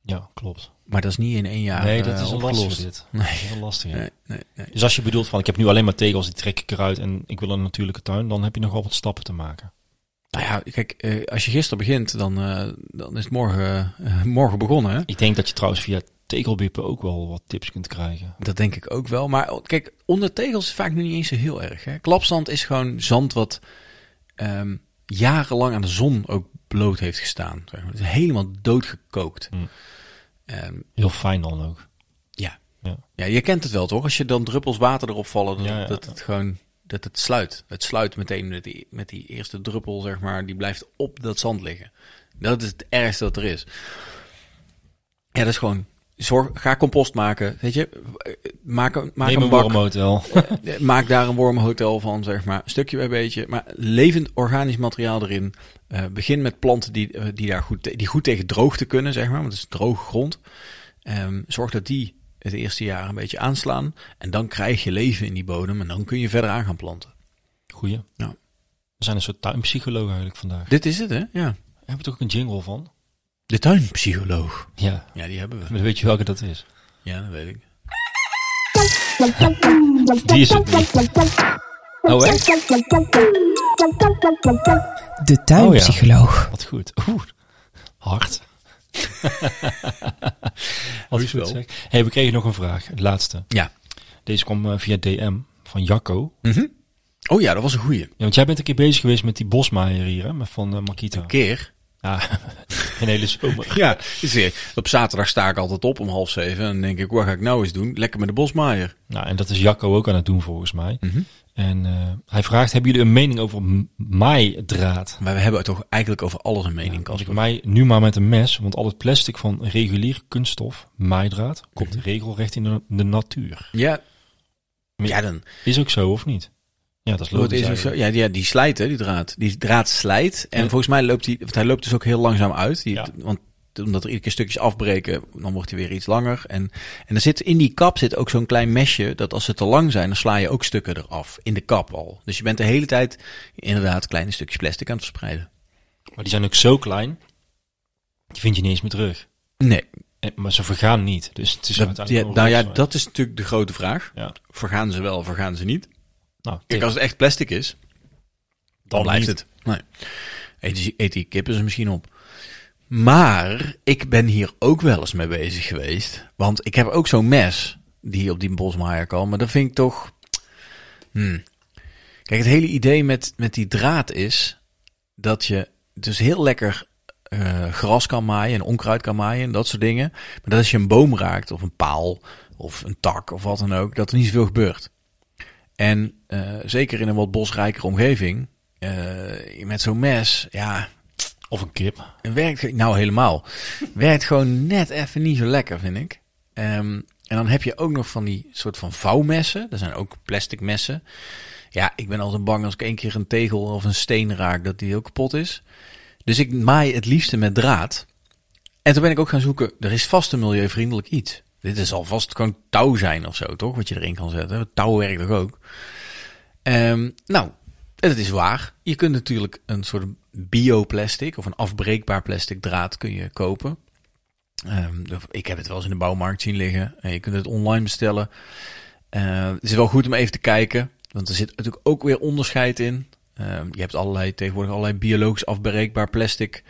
Speaker 2: Ja, klopt.
Speaker 3: Maar dat is niet in één jaar
Speaker 2: nee, dat
Speaker 3: eh,
Speaker 2: is een
Speaker 3: opgelost.
Speaker 2: lastig dit.
Speaker 3: Nee.
Speaker 2: Dat is een lastige.
Speaker 3: Nee, nee, nee.
Speaker 2: Dus als je bedoelt van ik heb nu alleen maar tegels, die trek ik eruit en ik wil een natuurlijke tuin, dan heb je nogal wat stappen te maken.
Speaker 3: Nou ja, kijk, eh, als je gisteren begint, dan, eh, dan is het morgen, eh, morgen begonnen. Hè?
Speaker 2: Ik denk dat je trouwens via tegelwippen ook wel wat tips kunt krijgen.
Speaker 3: Dat denk ik ook wel. Maar oh, kijk, onder tegels is vaak nu niet eens zo heel erg. Hè? Klapzand is gewoon zand wat ehm, jarenlang aan de zon ook bloot heeft gestaan. Zeg maar. Het is helemaal doodgekookt.
Speaker 2: Hmm.
Speaker 3: Ehm,
Speaker 2: Heel fijn dan ook.
Speaker 3: ja, je kent het wel toch? Als je dan druppels water erop vallen, dat,
Speaker 2: Ja, ja,
Speaker 3: dat
Speaker 2: ja.
Speaker 3: het gewoon dat het sluit. Het sluit meteen met die, met die eerste druppel, zeg maar. Die blijft op dat zand liggen. Dat is het ergste dat er is. Ja, dat is gewoon... Zorg, ga compost maken, weet je. Maak, een- maak
Speaker 2: Neem
Speaker 3: een
Speaker 2: een
Speaker 3: bak.
Speaker 2: warmhotel.
Speaker 3: Eh, Maak daar een wormhotel van, zeg maar. Stukje bij beetje. Maar levend organisch materiaal erin. Eh, begin met planten die, eh, die, daar goed, te- die goed tegen droogte kunnen, zeg maar. Want het is droge grond. Ehm, zorg dat die het eerste jaar een beetje aanslaan. En dan krijg je leven in die bodem. En dan kun je verder aan gaan planten.
Speaker 2: Goeie.
Speaker 3: Ja.
Speaker 2: We zijn een soort tuinpsycholoog eigenlijk vandaag.
Speaker 3: Dit is het, hè? Ja.
Speaker 2: Hebben we toch ook een jingle van?
Speaker 3: De tuinpsycholoog.
Speaker 2: Ja.
Speaker 3: Ja, die hebben we.
Speaker 2: Maar weet je welke dat is?
Speaker 3: Ja, dat weet ik.
Speaker 2: Die is het niet. Oh, echt?
Speaker 1: De tuinpsycholoog.
Speaker 2: Wat goed. Oeh, hard. Wat
Speaker 3: Heus
Speaker 2: goed
Speaker 3: wel.
Speaker 2: zeg. Hey, we kregen nog een vraag. Het laatste.
Speaker 3: Ja.
Speaker 2: Deze kwam eh, via DM van Jacco.
Speaker 3: Mhm. Oh ja, dat was een goeie.
Speaker 2: Ja, want jij bent een keer bezig geweest met die bosmaaier hier, hè? Met Van eh, Makita.
Speaker 3: Keer. Oh,
Speaker 2: Ja, een hele zomer.
Speaker 3: Ja, is weer. Op zaterdag sta ik altijd op om half zeven. En dan denk ik, wat ga ik nou eens doen? Lekker met de bosmaaier.
Speaker 2: Nou, en dat is Jacco ook aan het doen volgens mij.
Speaker 3: Mhm.
Speaker 2: En eh, hij vraagt, hebben jullie een mening over m- maaidraad?
Speaker 3: Maar we hebben het toch eigenlijk over alles een mening,
Speaker 2: Als ik
Speaker 3: Casper?
Speaker 2: mij nu maar met een mes, want al het plastic van regulier kunststof, maaidraad, komt
Speaker 3: Mhm.
Speaker 2: regelrecht in de, de natuur.
Speaker 3: Ja. Ja, dan.
Speaker 2: Is ook zo of niet? Ja, dat is
Speaker 3: Lord
Speaker 2: logisch
Speaker 3: is ook zo,
Speaker 2: eigenlijk.
Speaker 3: ja, die, ja, die slijt, hè, die draad. Die draad slijt. En
Speaker 2: Ja.
Speaker 3: volgens mij loopt die, want hij loopt dus ook heel langzaam uit. Die,
Speaker 2: Ja.
Speaker 3: Want omdat er iedere keer stukjes afbreken, dan wordt hij weer iets langer. En, en er zit, in die kap zit ook zo'n klein mesje, dat als ze te lang zijn, dan sla je ook stukken eraf. In de kap al. Dus je bent de hele tijd inderdaad kleine stukjes plastic aan het verspreiden.
Speaker 2: Maar die zijn ook zo klein, die vind je niet eens meer terug.
Speaker 3: Nee,
Speaker 2: En, maar ze vergaan niet, dus het
Speaker 3: dat,
Speaker 2: is
Speaker 3: ja,
Speaker 2: uiteindelijk wel
Speaker 3: nou ja,
Speaker 2: rotzooi.
Speaker 3: dat is natuurlijk de grote vraag.
Speaker 2: Ja.
Speaker 3: Vergaan ze wel, vergaan ze niet?
Speaker 2: Nou,
Speaker 3: Kijk, als het echt plastic is, dan blijft
Speaker 2: niet.
Speaker 3: het. Nee. Eet, die- eet die kippen ze misschien op. Maar ik ben hier ook wel eens mee bezig geweest. Want ik heb ook zo'n mes die op die bosmaaier kan. Maar dat vind ik toch... Hmm. Kijk, het hele idee met, met die draad is dat je dus heel lekker eh, gras kan maaien en onkruid kan maaien en dat soort dingen. Maar dat als je een boom raakt of een paal of een tak of wat dan ook, dat er niet zoveel gebeurt. En eh, zeker in een wat bosrijkere omgeving, eh, met zo'n mes, ja,
Speaker 2: Of een kip.
Speaker 3: het werkt ge- nou helemaal. Werkt gewoon net even niet zo lekker, vind ik. Ehm, en dan heb je ook nog van die soort van vouwmessen. Er zijn ook plastic messen. Ja, ik ben altijd bang als ik één keer een tegel of een steen raak dat die heel kapot is. Dus ik maai het liefste met draad. En toen ben ik ook gaan zoeken, er is vast een milieuvriendelijk iets. Dit is alvast gewoon touw zijn of zo, toch? Wat je erin kan zetten. Touw werkt toch ook? Ehm, nou, het is waar. Je kunt natuurlijk een soort bioplastic of een afbreekbaar plastic draad kun je kopen. Ehm, de- ik heb het wel eens in de bouwmarkt zien liggen. En je kunt het online bestellen. Eh, het is wel goed om even te kijken. Want er zit natuurlijk ook weer onderscheid in. Ehm, je hebt allerlei, tegenwoordig allerlei biologisch afbreekbaar plastic.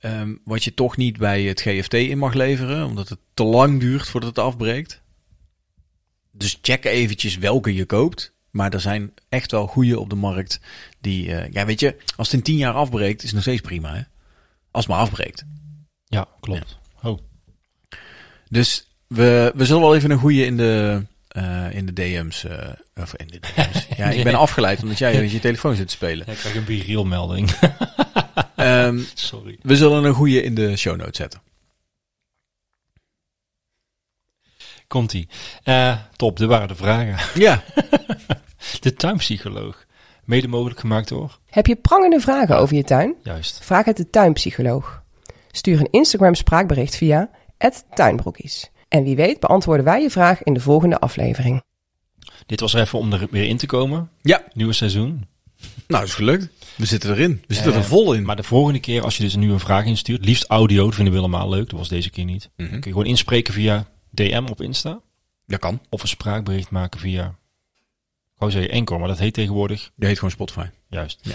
Speaker 3: ehm, wat je toch niet bij het GFT in mag leveren. Omdat het te lang duurt voordat het afbreekt. Dus check eventjes welke je koopt. Maar er zijn echt wel goede op de markt die... eh, ja, weet je, als het in tien jaar afbreekt, is het nog steeds prima, hè? Als het maar afbreekt.
Speaker 2: Ja, klopt. Oh,
Speaker 3: Dus we, we zullen wel even een goede in de, eh, in de DM's... eh, of in de DM's. ja, ik ben afgeleid omdat jij met je telefoon zit te spelen.
Speaker 2: ik krijg een biriel melding.
Speaker 3: Ehm,
Speaker 2: Sorry.
Speaker 3: we zullen een goede in de show notes zetten.
Speaker 2: Komt ie. Eh, top, dit waren de vragen.
Speaker 3: Ja,
Speaker 2: De tuinpsycholoog. Mede mogelijk gemaakt door?
Speaker 1: Heb je prangende vragen over je tuin?
Speaker 2: Juist.
Speaker 1: Vraag het de tuinpsycholoog. Stuur een Instagram spraakbericht via tuinbroekies. En wie weet beantwoorden wij je vraag in de volgende aflevering.
Speaker 2: Dit was even om er weer in te komen.
Speaker 3: ja.
Speaker 2: Nieuwe seizoen.
Speaker 3: Nou, is gelukt. We zitten erin. We zitten
Speaker 2: Eh,
Speaker 3: er vol in.
Speaker 2: Maar de volgende keer als je dus nu een vraag instuurt, liefst audio, dat vinden we helemaal leuk. Dat was deze keer niet.
Speaker 3: Mhm.
Speaker 2: Kun je gewoon inspreken via DM op Insta.
Speaker 3: Dat kan.
Speaker 2: Of een spraakbericht maken via, ik wou zeggen Anchor, maar dat heet tegenwoordig.
Speaker 3: Die heet gewoon Spotify.
Speaker 2: Juist.
Speaker 3: Ja.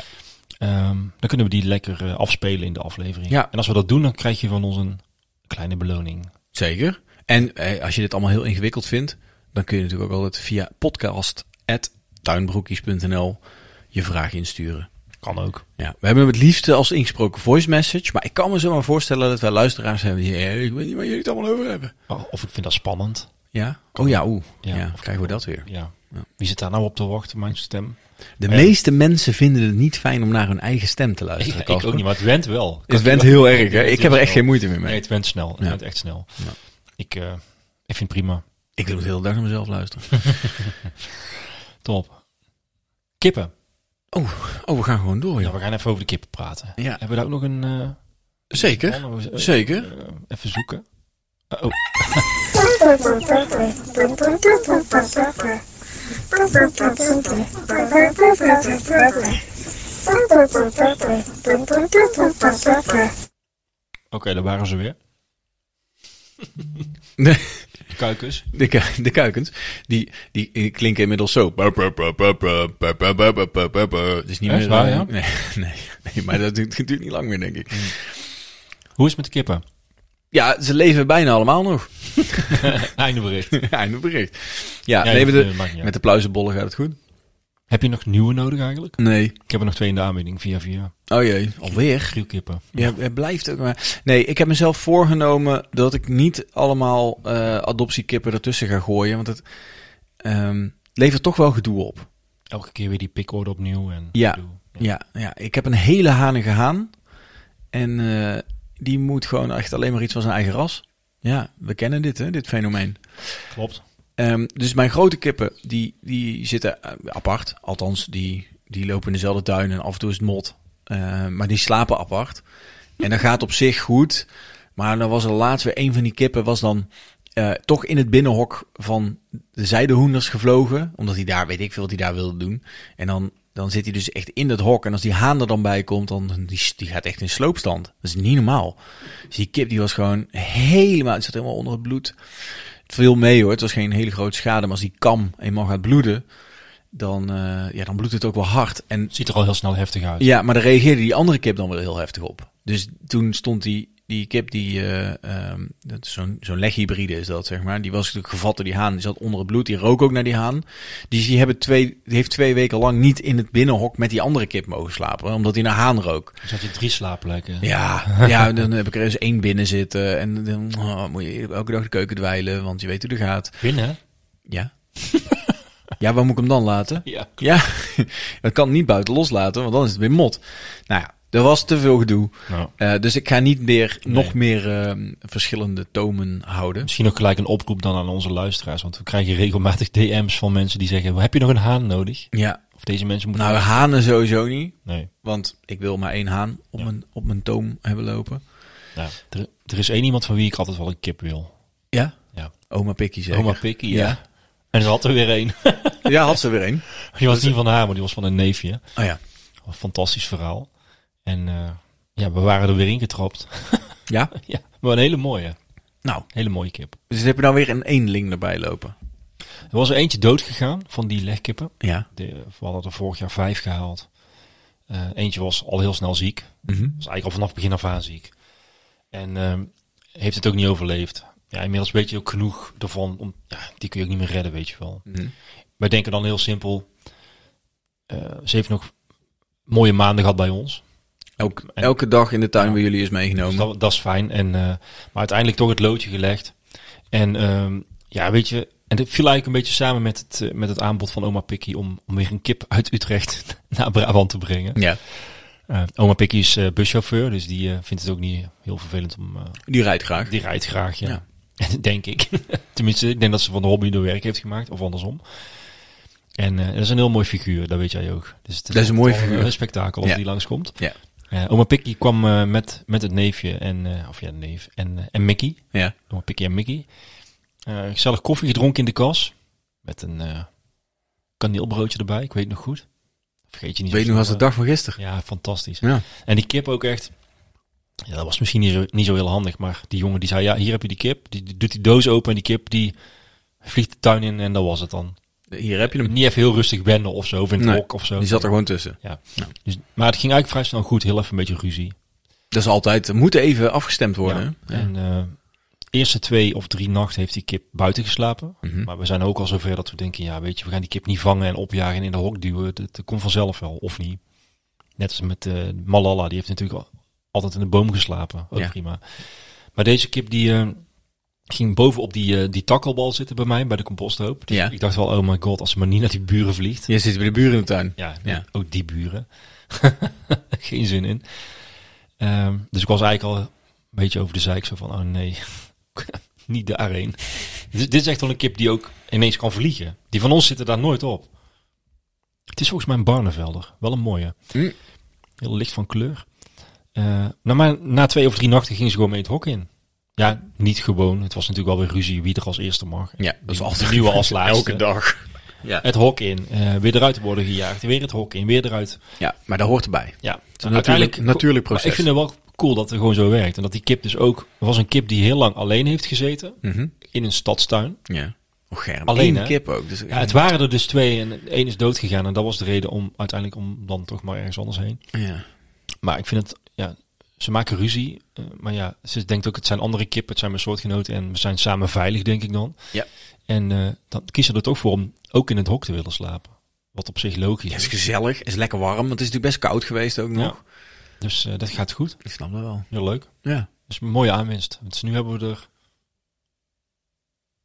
Speaker 2: Ehm, dan kunnen we die lekker eh, afspelen in de aflevering.
Speaker 3: Ja.
Speaker 2: En als we dat doen, dan krijg je van ons een kleine beloning.
Speaker 3: Zeker. En eh, als je dit allemaal heel ingewikkeld vindt, dan kun je natuurlijk ook altijd via podcast.tuinbroekies.nl je vraag insturen.
Speaker 2: Kan ook.
Speaker 3: Ja, we hebben hem het liefste als ingesproken voice message, maar ik kan me zomaar voorstellen dat wij luisteraars hebben die, eh, ik weet niet waar jullie het allemaal over hebben.
Speaker 2: Oh, Of ik vind dat spannend.
Speaker 3: Ja? Oh ja, oeh.
Speaker 2: Ja.
Speaker 3: Ja, of krijgen we dat weer.
Speaker 2: Ja.
Speaker 3: Ja.
Speaker 2: Wie zit daar nou op te wachten, mijn stem?
Speaker 3: De
Speaker 2: Ja.
Speaker 3: meeste mensen vinden het niet fijn om naar hun eigen stem te
Speaker 2: Ik,
Speaker 3: luisteren.
Speaker 2: ik
Speaker 3: Casper.
Speaker 2: ook niet, maar het went wel.
Speaker 3: Het went heel erg, hè?
Speaker 2: Het
Speaker 3: Ik
Speaker 2: is
Speaker 3: heb er echt
Speaker 2: wel-
Speaker 3: geen moeite meer mee.
Speaker 2: Nee, het went snel. Het
Speaker 3: Ja.
Speaker 2: went echt snel.
Speaker 3: Ja.
Speaker 2: Ik, eh, ik vind het prima.
Speaker 3: Ik doe het de hele dag naar mezelf luisteren.
Speaker 2: Top. Kippen.
Speaker 3: Oh, we gaan gewoon door,
Speaker 2: Ja,
Speaker 3: ja.
Speaker 2: we gaan even over de kippen praten.
Speaker 3: Ja.
Speaker 2: Hebben we daar ook nog een... eh,
Speaker 3: Zeker.
Speaker 2: plan? Eh,
Speaker 3: Zeker.
Speaker 2: eh, even zoeken. Eh, oh, oké, daar waren ze weer.
Speaker 3: Nee.
Speaker 2: De kuikens.
Speaker 3: De, ku- de kuikens, die, die klinken inmiddels zo. Het is niet meer... eh,
Speaker 2: Echt waar, ja?
Speaker 3: nee, nee, nee, maar dat duurt, duurt niet lang meer, denk ik.
Speaker 2: Hoe is het met de kippen?
Speaker 3: Ja, ze leven bijna allemaal nog.
Speaker 2: Eindebericht.
Speaker 3: Einde bericht. Ja,
Speaker 2: Ja,
Speaker 3: nee,
Speaker 2: dat,
Speaker 3: met, de,
Speaker 2: eh, maakt niet
Speaker 3: met
Speaker 2: uit.
Speaker 3: de pluizenbollen gaat het goed.
Speaker 2: Heb je nog nieuwe nodig eigenlijk?
Speaker 3: Nee.
Speaker 2: Ik heb er nog twee in de aanbieding via via
Speaker 3: Oh jee, alweer?
Speaker 2: krielkippen.
Speaker 3: Ja, het blijft ook maar. Nee, ik heb mezelf voorgenomen dat ik niet allemaal eh, adoptiekippen ertussen ga gooien. Want het ehm, levert toch wel gedoe op.
Speaker 2: Elke keer weer die pikorde opnieuw. En
Speaker 3: Ja.
Speaker 2: Doe.
Speaker 3: Ja, ja, ik heb een hele hanige haan. En eh, die moet gewoon echt alleen maar iets van zijn eigen ras. Ja, we kennen dit, hè, dit fenomeen.
Speaker 2: Klopt.
Speaker 3: Ehm, dus mijn grote kippen, die, die zitten eh, apart. Althans, die, die lopen in dezelfde tuin en af en toe is het mot. Ehm, maar die slapen apart. En dat gaat op zich goed. Maar dan was er laatst weer een van die kippen was dan eh, toch in het binnenhok van de zijdehoenders gevlogen. Omdat hij daar, weet ik veel wat hij daar wilde doen. En dan, dan zit hij dus echt in dat hok. En als die haan er dan bij komt, dan die, die gaat echt in sloopstand. Dat is niet normaal. Dus die kip die was gewoon helemaal, het zat helemaal onder het bloed. Het viel mee hoor, het was geen hele grote schade. Maar als die kam eenmaal gaat bloeden, dan, eh, ja, dan bloedt het ook wel hard. En
Speaker 2: Ziet er al heel snel heftig uit.
Speaker 3: ja, maar daar reageerde die andere kip dan weer heel heftig op. Dus toen stond die die kip die, eh, ehm, dat is zo'n zo'n leghybride is dat, zeg maar. Die was natuurlijk gevat door die haan. Die zat onder het bloed. Die rook ook naar die haan. Die, die, hebben twee, die heeft twee weken lang niet in het binnenhok met die andere kip mogen slapen. Omdat hij naar haan rook.
Speaker 2: Dus had je drie slaapplekken.
Speaker 3: Ja, ja, dan heb ik er eens één binnen zitten. En dan oh, moet je elke dag de keuken dweilen, want je weet hoe het gaat.
Speaker 2: Binnen, hè?
Speaker 3: Ja. ja, waar moet ik hem dan laten?
Speaker 2: Ja.
Speaker 3: Ja, dat kan niet buiten loslaten, want dan is het weer mot. Nou ja, er was te veel gedoe.
Speaker 2: Nou,
Speaker 3: Eh, dus ik ga niet meer,
Speaker 2: Nee.
Speaker 3: nog meer ehm, verschillende tomen houden.
Speaker 2: misschien ook gelijk een oproep dan aan onze luisteraars. Want we krijgen regelmatig DM's van mensen die zeggen... Heb je nog een haan nodig?
Speaker 3: Ja,
Speaker 2: Of deze mensen moeten...
Speaker 3: nou hanen sowieso niet.
Speaker 2: Nee.
Speaker 3: Want ik wil maar één haan op,
Speaker 2: Ja.
Speaker 3: mijn, op mijn toom hebben lopen.
Speaker 2: Ja. Er, er is één iemand van wie ik altijd wel een kip wil.
Speaker 3: Ja?
Speaker 2: Ja.
Speaker 3: Oma Pikkie zeker.
Speaker 2: Oma Pikkie, ja.
Speaker 3: Ja.
Speaker 2: En er had er weer één.
Speaker 3: ja, had ze weer één.
Speaker 2: Die was niet van haar, maar die was van een neefje.
Speaker 3: Oh ja.
Speaker 2: Een fantastisch verhaal. En eh, ja, we waren er weer ingetrapt.
Speaker 3: Ja?
Speaker 2: ja, maar een hele mooie.
Speaker 3: Nou,
Speaker 2: Hele mooie kip.
Speaker 3: Dus heb je nou weer een eenling erbij lopen?
Speaker 2: Er was er eentje dood gegaan van die legkippen.
Speaker 3: Ja.
Speaker 2: De- we hadden er vorig jaar vijf gehaald. Eh, eentje was al heel snel ziek.
Speaker 3: Mhm.
Speaker 2: Was eigenlijk al vanaf het begin af aan ziek. En ehm, heeft het ook niet overleefd. Ja, inmiddels weet je ook genoeg ervan. Om, ja, die kun je ook niet meer redden, weet je wel.
Speaker 3: Mhm.
Speaker 2: Wij denken dan heel simpel. eh, ze heeft nog mooie maanden gehad bij ons.
Speaker 3: Ook elke dag in de tuin bij jullie is
Speaker 2: Dus
Speaker 3: meegenomen.
Speaker 2: dat, dat is fijn. En, eh, maar uiteindelijk toch het loodje gelegd. En ehm, ja, weet je. En dat viel eigenlijk een beetje samen met het, eh, met het aanbod van oma Pikkie om, om weer een kip uit Utrecht naar Brabant te brengen.
Speaker 3: Ja.
Speaker 2: Eh, oma Pikkie is eh, buschauffeur, dus die eh, vindt het ook niet heel vervelend om... eh,
Speaker 3: Die rijdt graag.
Speaker 2: die rijdt graag, ja.
Speaker 3: Ja.
Speaker 2: Denk ik. Tenminste, ik denk dat ze van de hobby de werk heeft gemaakt, of andersom. En eh, dat is een heel mooi figuur, dat weet jij ook. Dus het
Speaker 3: Dat is een mooi
Speaker 2: altijd wel
Speaker 3: figuur.
Speaker 2: Een spektakel als
Speaker 3: Ja.
Speaker 2: die langskomt.
Speaker 3: Ja.
Speaker 2: Eh, oma Pikkie kwam eh, met, met het neefje, en, eh, of ja, de neef, en, eh, en Mickey.
Speaker 3: Ja.
Speaker 2: Oma Pikkie en Mickey. Eh, gezellig koffie gedronken in de kas. Met een eh kaneelbroodje erbij, ik weet nog goed. Vergeet je niet. eh,
Speaker 3: Weet je nog
Speaker 2: zo
Speaker 3: als de
Speaker 2: snel,
Speaker 3: dag van gisteren?
Speaker 2: hè? Ja, fantastisch.
Speaker 3: Ja.
Speaker 2: En die kip ook echt. Ja, dat was misschien niet zo, niet zo heel handig, maar die jongen die zei: Ja, hier heb je die kip. Die, die doet die doos open en die kip die vliegt de tuin in en dat was het dan.
Speaker 3: Hier heb je hem.
Speaker 2: Niet even heel rustig wennen of zo, of in het
Speaker 3: Nee,
Speaker 2: hok of zo.
Speaker 3: Die zat er gewoon tussen.
Speaker 2: Dus, maar het ging eigenlijk vrij snel goed, heel even een beetje ruzie.
Speaker 3: Dat is altijd, er moet even afgestemd worden.
Speaker 2: Ja. En eh, eerste twee of drie nachten heeft die kip buiten geslapen.
Speaker 3: Mhm.
Speaker 2: Maar we zijn ook al zover dat we denken: Ja, weet je, we gaan die kip niet vangen en opjagen en in de hok duwen. Dat, dat komt vanzelf wel, of niet. Net als met eh, Malala, die heeft natuurlijk al- altijd in de boom geslapen. Ook
Speaker 3: Ja.
Speaker 2: prima. Maar deze kip die eh, ging bovenop die, eh, die takkelbal zitten bij mij, bij de composthoop. Dus
Speaker 3: Ja.
Speaker 2: ik dacht wel, oh my god, als ze maar niet naar die buren vliegt.
Speaker 3: Je zit bij de buren in de tuin.
Speaker 2: Ja,
Speaker 3: Ja.
Speaker 2: ook die buren. Geen zin in. Ehm, dus ik was eigenlijk al een beetje over de zeik. Zo van, oh nee, niet daarheen. Dus dit, dit is echt wel een kip die ook ineens kan vliegen. Die van ons zitten daar nooit op. Het is volgens mij een Barnevelder. Wel een mooie.
Speaker 3: Mm.
Speaker 2: Heel licht van kleur. Eh, nou, maar na twee of drie nachten ging ze gewoon mee het hok in. Ja, niet gewoon. Het was natuurlijk wel weer ruzie wie er als eerste mag.
Speaker 3: Ja, dat is
Speaker 2: Die-
Speaker 3: altijd
Speaker 2: die nieuwe als laatste.
Speaker 3: Elke dag. Ja.
Speaker 2: Het hok in. eh, weer eruit worden gejaagd. Weer het hok in. Weer eruit.
Speaker 3: ja, maar dat hoort erbij.
Speaker 2: Ja, het
Speaker 3: Een natuurlijk, natuurlijk
Speaker 2: Maar
Speaker 3: proces.
Speaker 2: ik vind het wel cool dat het gewoon zo werkt. En dat die kip dus ook... Er was een kip die heel lang alleen heeft gezeten
Speaker 3: Mhm.
Speaker 2: in een stadstuin.
Speaker 3: Ja. Oh, Germ.
Speaker 2: Alleen,
Speaker 3: Eén
Speaker 2: hè?
Speaker 3: kip ook. Dus,
Speaker 2: Ja, het waren er dus twee en één is dood gegaan. En dat was de reden om uiteindelijk om dan toch maar ergens anders heen.
Speaker 3: ja.
Speaker 2: Maar ik vind het... Ja, ze maken ruzie. eh, Maar ja, ze denkt ook het zijn andere kippen. Het zijn mijn soortgenoten. En we zijn samen veilig, denk ik dan.
Speaker 3: Ja.
Speaker 2: En eh, dan kiezen ze er toch voor om ook in het hok te willen slapen. Wat op zich logisch
Speaker 3: Ja,
Speaker 2: is.
Speaker 3: is gezellig. Is lekker warm. Want het is natuurlijk best koud geweest ook nog.
Speaker 2: Dus eh, dat gaat goed.
Speaker 3: Ik snap dat wel.
Speaker 2: Heel leuk.
Speaker 3: Ja.
Speaker 2: Dus een mooie aanwinst. Dus nu hebben we er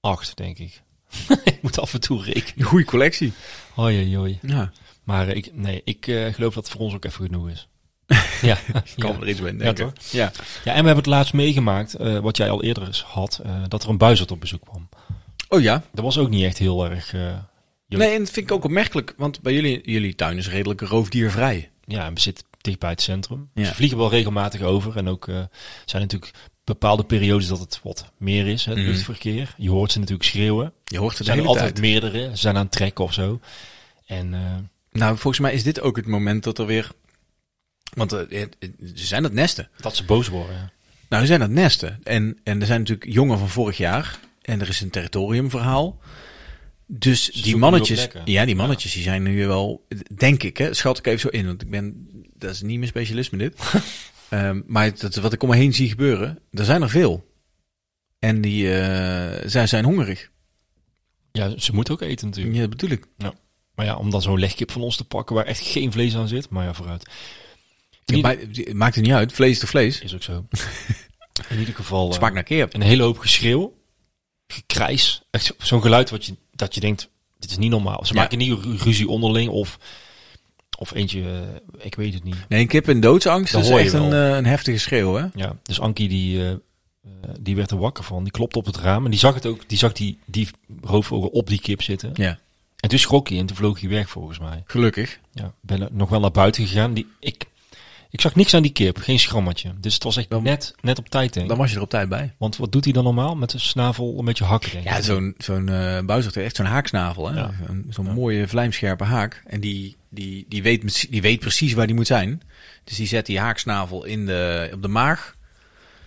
Speaker 2: acht, denk ik. ik moet af en toe rekenen.
Speaker 3: Goeie collectie.
Speaker 2: Hoi, hoi.
Speaker 3: Ja.
Speaker 2: Maar eh, ik, nee, ik eh, geloof dat het voor ons ook even genoeg is. ja,
Speaker 3: Kan
Speaker 2: ja.
Speaker 3: er iets bij
Speaker 2: Ja,
Speaker 3: denken.
Speaker 2: toch?
Speaker 3: ja.
Speaker 2: ja, en we hebben het laatst meegemaakt, eh, wat jij al eerder eens had, eh, dat er een buizerd op bezoek kwam.
Speaker 3: Oh ja.
Speaker 2: Dat was ook niet echt heel erg, eh, Jullie-
Speaker 3: Nee, en dat vind ik ook opmerkelijk, want bij jullie, jullie tuin is redelijk roofdiervrij.
Speaker 2: ja, we zitten dicht bij het centrum.
Speaker 3: Ja.
Speaker 2: Ze vliegen wel regelmatig over en ook eh, zijn natuurlijk bepaalde periodes dat het wat meer is, hè, het
Speaker 3: Mhm.
Speaker 2: luchtverkeer. Je hoort ze natuurlijk schreeuwen.
Speaker 3: Je hoort het
Speaker 2: Er zijn er altijd meerdere. Ze zijn aan het trekken of zo. En eh,
Speaker 3: Nou, volgens mij is dit ook het moment dat er weer... Want eh, eh, ze zijn dat nesten.
Speaker 2: dat ze boos worden.
Speaker 3: Nou, ze zijn dat nesten. En, en er zijn natuurlijk jongen van vorig jaar. En er is een territoriumverhaal. Dus die
Speaker 2: zoeken
Speaker 3: mannetjes,
Speaker 2: nieuwe plekken.
Speaker 3: ja, die mannetjes die zijn nu wel, denk ik, hè, schat ik even zo in, want ik ben, dat is niet mijn specialisme dit. Ehm, maar het- het- wat ik om me heen zie gebeuren, er zijn er veel. En die, eh, zij zijn hongerig.
Speaker 2: Ja, ze moeten ook eten natuurlijk.
Speaker 3: Ja, dat bedoel ik.
Speaker 2: Maar ja, om dan zo'n legkip van ons te pakken waar echt geen vlees aan zit. Maar ja, vooruit. In
Speaker 3: Het
Speaker 2: ieder-
Speaker 3: ma- het maakt het niet uit, vlees is toch vlees?
Speaker 2: Is ook zo. In ieder geval
Speaker 3: Het
Speaker 2: eh,
Speaker 3: smaakt naar keer.
Speaker 2: een hele hoop geschreeuw. Gekrijs. Echt zo- zo'n geluid wat je, dat je denkt, dit is niet normaal. Ze
Speaker 3: Ja.
Speaker 2: maken niet ru- ruzie onderling of, of eentje, eh, ik weet het niet.
Speaker 3: Nee, een kip in doodsangst
Speaker 2: Dat
Speaker 3: is
Speaker 2: hoor je
Speaker 3: echt een,
Speaker 2: wel.
Speaker 3: eh, een heftige schreeuw, hè?
Speaker 2: Ja, dus Ankie die, eh, eh, die werd er wakker van. Die klopte op het raam en die zag het ook. Die zag die, die roofvogel op die kip zitten.
Speaker 3: Ja.
Speaker 2: En toen schrok hij en toen vloog hij weg volgens mij.
Speaker 3: Gelukkig.
Speaker 2: Ja, ik ben er nog wel naar buiten gegaan. Die, ik, ik zag niks aan die kip, geen schrammetje. Dus het was echt
Speaker 3: Dan-
Speaker 2: net, net op tijd denk ik.
Speaker 3: Dan was je er op tijd bij.
Speaker 2: Want wat doet hij dan normaal? Met een snavel een beetje hakken denk ik.
Speaker 3: Ja, zo'n zo'n eh buizerd, echt zo'n haaksnavel, hè?
Speaker 2: Ja.
Speaker 3: Een- Zo'n
Speaker 2: Ja.
Speaker 3: mooie vlijmscherpe haak. En die, die, die, weet, mis- die weet precies waar die moet zijn. Dus die zet die haaksnavel in de, op de maag.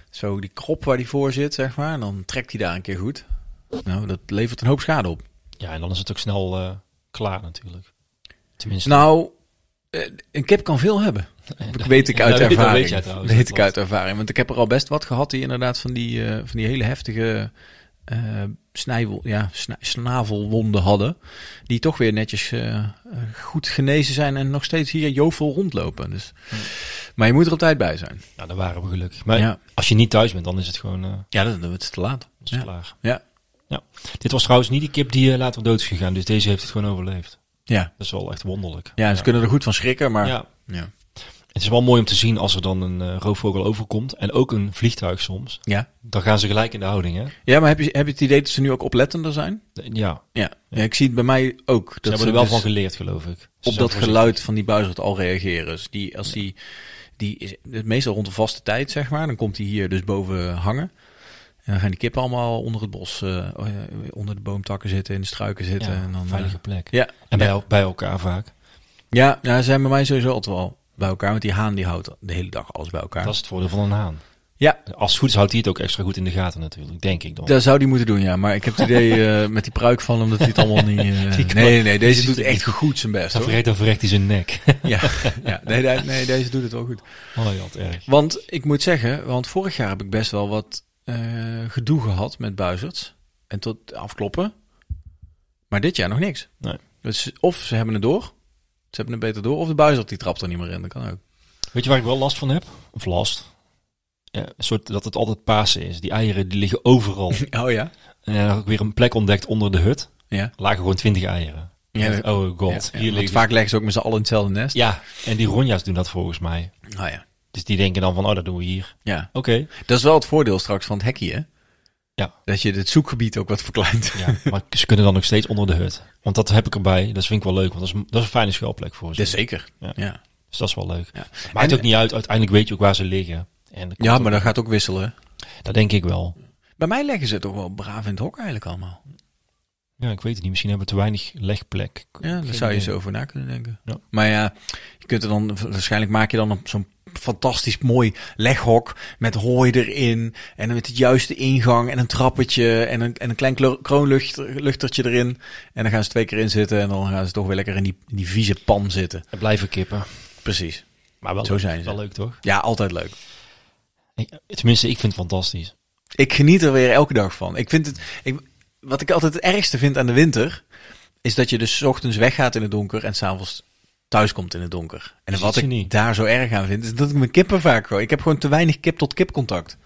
Speaker 3: Zo die krop waar die voor zit, zeg maar. En dan trekt hij daar een keer goed. Nou, dat levert een hoop schade op.
Speaker 2: Ja, en dan is het ook snel eh, klaar natuurlijk. Tenminste. eh,
Speaker 3: Nou, eh, een kip kan veel hebben. Dat weet ik
Speaker 2: Ja,
Speaker 3: uit
Speaker 2: dat weet- dat
Speaker 3: ervaring.
Speaker 2: weet jij trouwens,
Speaker 3: Dat weet
Speaker 2: dat
Speaker 3: ik uit ervaring. Want ik heb er al best wat gehad die inderdaad van die, eh, van die hele heftige eh snijwel, ja, sna- snavelwonden hadden. Die toch weer netjes eh, eh, goed genezen zijn en nog steeds hier jovel rondlopen. Dus.
Speaker 2: Hm.
Speaker 3: Maar je moet er op tijd bij zijn.
Speaker 2: Nou, daar waren we gelukkig. Maar
Speaker 3: Ja.
Speaker 2: als je niet thuis bent, dan is het gewoon eh, dan
Speaker 3: Ja, dat, dat is te laat.
Speaker 2: is
Speaker 3: Ja.
Speaker 2: het klaar.
Speaker 3: Ja.
Speaker 2: Ja. Dit was trouwens niet die kip die eh, later dood is gegaan. Dus deze heeft het gewoon overleefd.
Speaker 3: Ja,
Speaker 2: Dat is wel echt wonderlijk.
Speaker 3: ja ze kunnen er goed van schrikken, maar...
Speaker 2: Ja.
Speaker 3: Ja.
Speaker 2: Het is wel mooi om te zien als er dan een eh, roofvogel overkomt. En ook een vliegtuig soms.
Speaker 3: Ja.
Speaker 2: Dan gaan ze gelijk in de houding, hè?
Speaker 3: ja, maar heb je, heb je het idee dat ze nu ook oplettender zijn?
Speaker 2: Ja.
Speaker 3: Ja, ja. ik zie het bij mij ook.
Speaker 2: Ze hebben
Speaker 3: ze
Speaker 2: er wel
Speaker 3: dus-
Speaker 2: van geleerd, geloof ik. Ze zijn
Speaker 3: op dat
Speaker 2: voorzichtig.
Speaker 3: geluid van die buizerd al reageren. Dus die, als die, die is het meestal rond de vaste tijd, zeg maar. Dan komt die hier dus boven hangen. En dan gaan die kippen allemaal onder het bos, eh, oh ja, onder de boomtakken zitten, in de struiken zitten.
Speaker 2: Ja,
Speaker 3: en dan, eh,
Speaker 2: veilige plek.
Speaker 3: ja,
Speaker 2: En bij,
Speaker 3: ja.
Speaker 2: el- bij elkaar vaak.
Speaker 3: ja, ja, ze zijn bij mij sowieso altijd wel bij elkaar. Want die haan die houdt de hele dag alles bij elkaar.
Speaker 2: Dat is het voordeel van een haan.
Speaker 3: ja,
Speaker 2: Als het goed is, houdt hij het ook extra goed in de gaten natuurlijk, denk ik dan.
Speaker 3: dat zou die moeten doen, ja. Maar ik heb het idee eh, met die pruik van hem dat hij het allemaal niet... eh,
Speaker 2: Die kan-
Speaker 3: nee, nee, deze
Speaker 2: die
Speaker 3: doet
Speaker 2: ziet-
Speaker 3: echt goed zijn best,
Speaker 2: Dan
Speaker 3: hoor.
Speaker 2: verrekt, dan verrekt hij zijn nek.
Speaker 3: Ja, ja nee, nee, nee, deze doet het wel goed.
Speaker 2: oh ja, wat erg.
Speaker 3: Want ik moet zeggen, want vorig jaar heb ik best wel wat eh, gedoe gehad met buizerds. En tot afkloppen. Maar dit jaar nog niks.
Speaker 2: Nee.
Speaker 3: Dus of ze hebben het door. Ze hebben het beter door. Of de buizerd die trapt er niet meer in. Dat kan ook.
Speaker 2: Weet je waar ik wel last van heb? Of last? Ja, een soort dat het altijd Pasen is. Die eieren die liggen overal.
Speaker 3: Oh ja?
Speaker 2: en dan heb ik weer een plek ontdekt onder de hut.
Speaker 3: Ja.
Speaker 2: Er lagen gewoon twintig eieren.
Speaker 3: Ja, dat-
Speaker 2: oh
Speaker 3: ja,
Speaker 2: god,
Speaker 3: ja,
Speaker 2: hier
Speaker 3: want
Speaker 2: liggen.
Speaker 3: vaak leggen ze ook met z'n allen in hetzelfde nest.
Speaker 2: Ja, en die ronja's doen dat volgens mij.
Speaker 3: Oh ja.
Speaker 2: Dus die denken dan van, oh dat doen we hier.
Speaker 3: ja.
Speaker 2: Oké.
Speaker 3: Dat is wel het voordeel straks van het hekje, hè?
Speaker 2: Ja.
Speaker 3: Dat je het zoekgebied ook wat verkleint.
Speaker 2: Ja, maar ze kunnen dan nog steeds onder de hut. Want dat heb ik erbij. Dat vind ik wel leuk, want dat is, dat is een fijne schuilplek voor ze.
Speaker 3: Dat zeker.
Speaker 2: Ja.
Speaker 3: Ja, ja.
Speaker 2: Dus dat is wel leuk.
Speaker 3: Ja.
Speaker 2: Maakt het
Speaker 3: En-
Speaker 2: ook niet uit. Uiteindelijk weet je ook waar ze liggen. En dat komt ook-
Speaker 3: maar dat gaat ook wisselen.
Speaker 2: Dat denk ik wel.
Speaker 3: Bij mij leggen ze het toch wel braaf in het hok eigenlijk allemaal.
Speaker 2: Ja, ik weet het niet. Misschien hebben we te weinig legplek.
Speaker 3: Ja, daar
Speaker 2: Geen
Speaker 3: zou je
Speaker 2: idee.
Speaker 3: zo over na kunnen denken.
Speaker 2: Ja.
Speaker 3: Maar ja, je kunt er dan, waarschijnlijk maak je dan een- zo'n fantastisch mooi leghok met hooi erin. En dan met de juiste ingang en een trappetje en een, en een klein klo- kroonluchtertje erin. En dan gaan ze twee keer in zitten en dan gaan ze toch weer lekker in die, in die vieze pan zitten.
Speaker 2: Het blijven kippen.
Speaker 3: Precies.
Speaker 2: Maar wel,
Speaker 3: Zo zijn ze.
Speaker 2: wel leuk, toch?
Speaker 3: Ja, altijd leuk.
Speaker 2: Ik- tenminste, ik vind het fantastisch.
Speaker 3: Ik geniet er weer elke dag van. Ik vind het, ik, wat ik altijd het ergste vind aan de winter, is dat je dus 's ochtends weggaat in het donker en s'avonds thuis komt in het donker. En
Speaker 2: Je ziet
Speaker 3: wat
Speaker 2: ze
Speaker 3: ik
Speaker 2: niet.
Speaker 3: daar zo erg aan vind, is dat ik mijn kippen vaak gewoon, ik heb gewoon te weinig kip tot kip contact.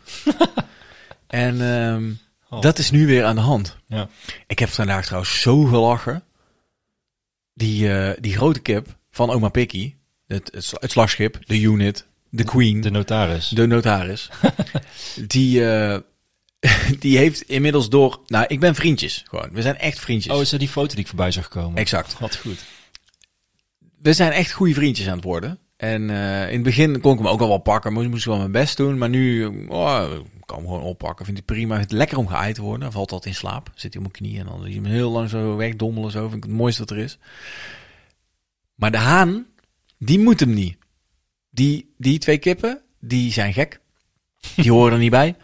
Speaker 3: en ehm,
Speaker 2: Oh.
Speaker 3: dat is nu weer aan de hand.
Speaker 2: Ja.
Speaker 3: Ik heb vandaag trouwens zo gelachen. Die, eh, die grote kip van oma Pikkie, het, het, sla- het slagschip, de unit, de queen.
Speaker 2: De notaris.
Speaker 3: De notaris. die, eh, die heeft inmiddels door. Nou, ik ben vriendjes gewoon. We zijn echt vriendjes.
Speaker 2: oh, is dat die foto die ik voorbij zag komen?
Speaker 3: exact.
Speaker 2: Wat goed.
Speaker 3: We zijn echt goede vriendjes aan het worden. En eh, in het begin kon ik hem ook al wel pakken. Moest, moest ik wel mijn best doen. Maar nu oh, ik kan hem gewoon oppakken. Vindt hij prima. Vindt het lekker om geaaid te worden. Dan Valt dat in slaap. Zit hij op mijn knieën. En dan zie je hem heel lang zo wegdommelen. Zo. Vind ik het mooiste wat er is. Maar de haan, die moet hem niet. Die, die twee kippen, die zijn gek. Die horen er niet bij.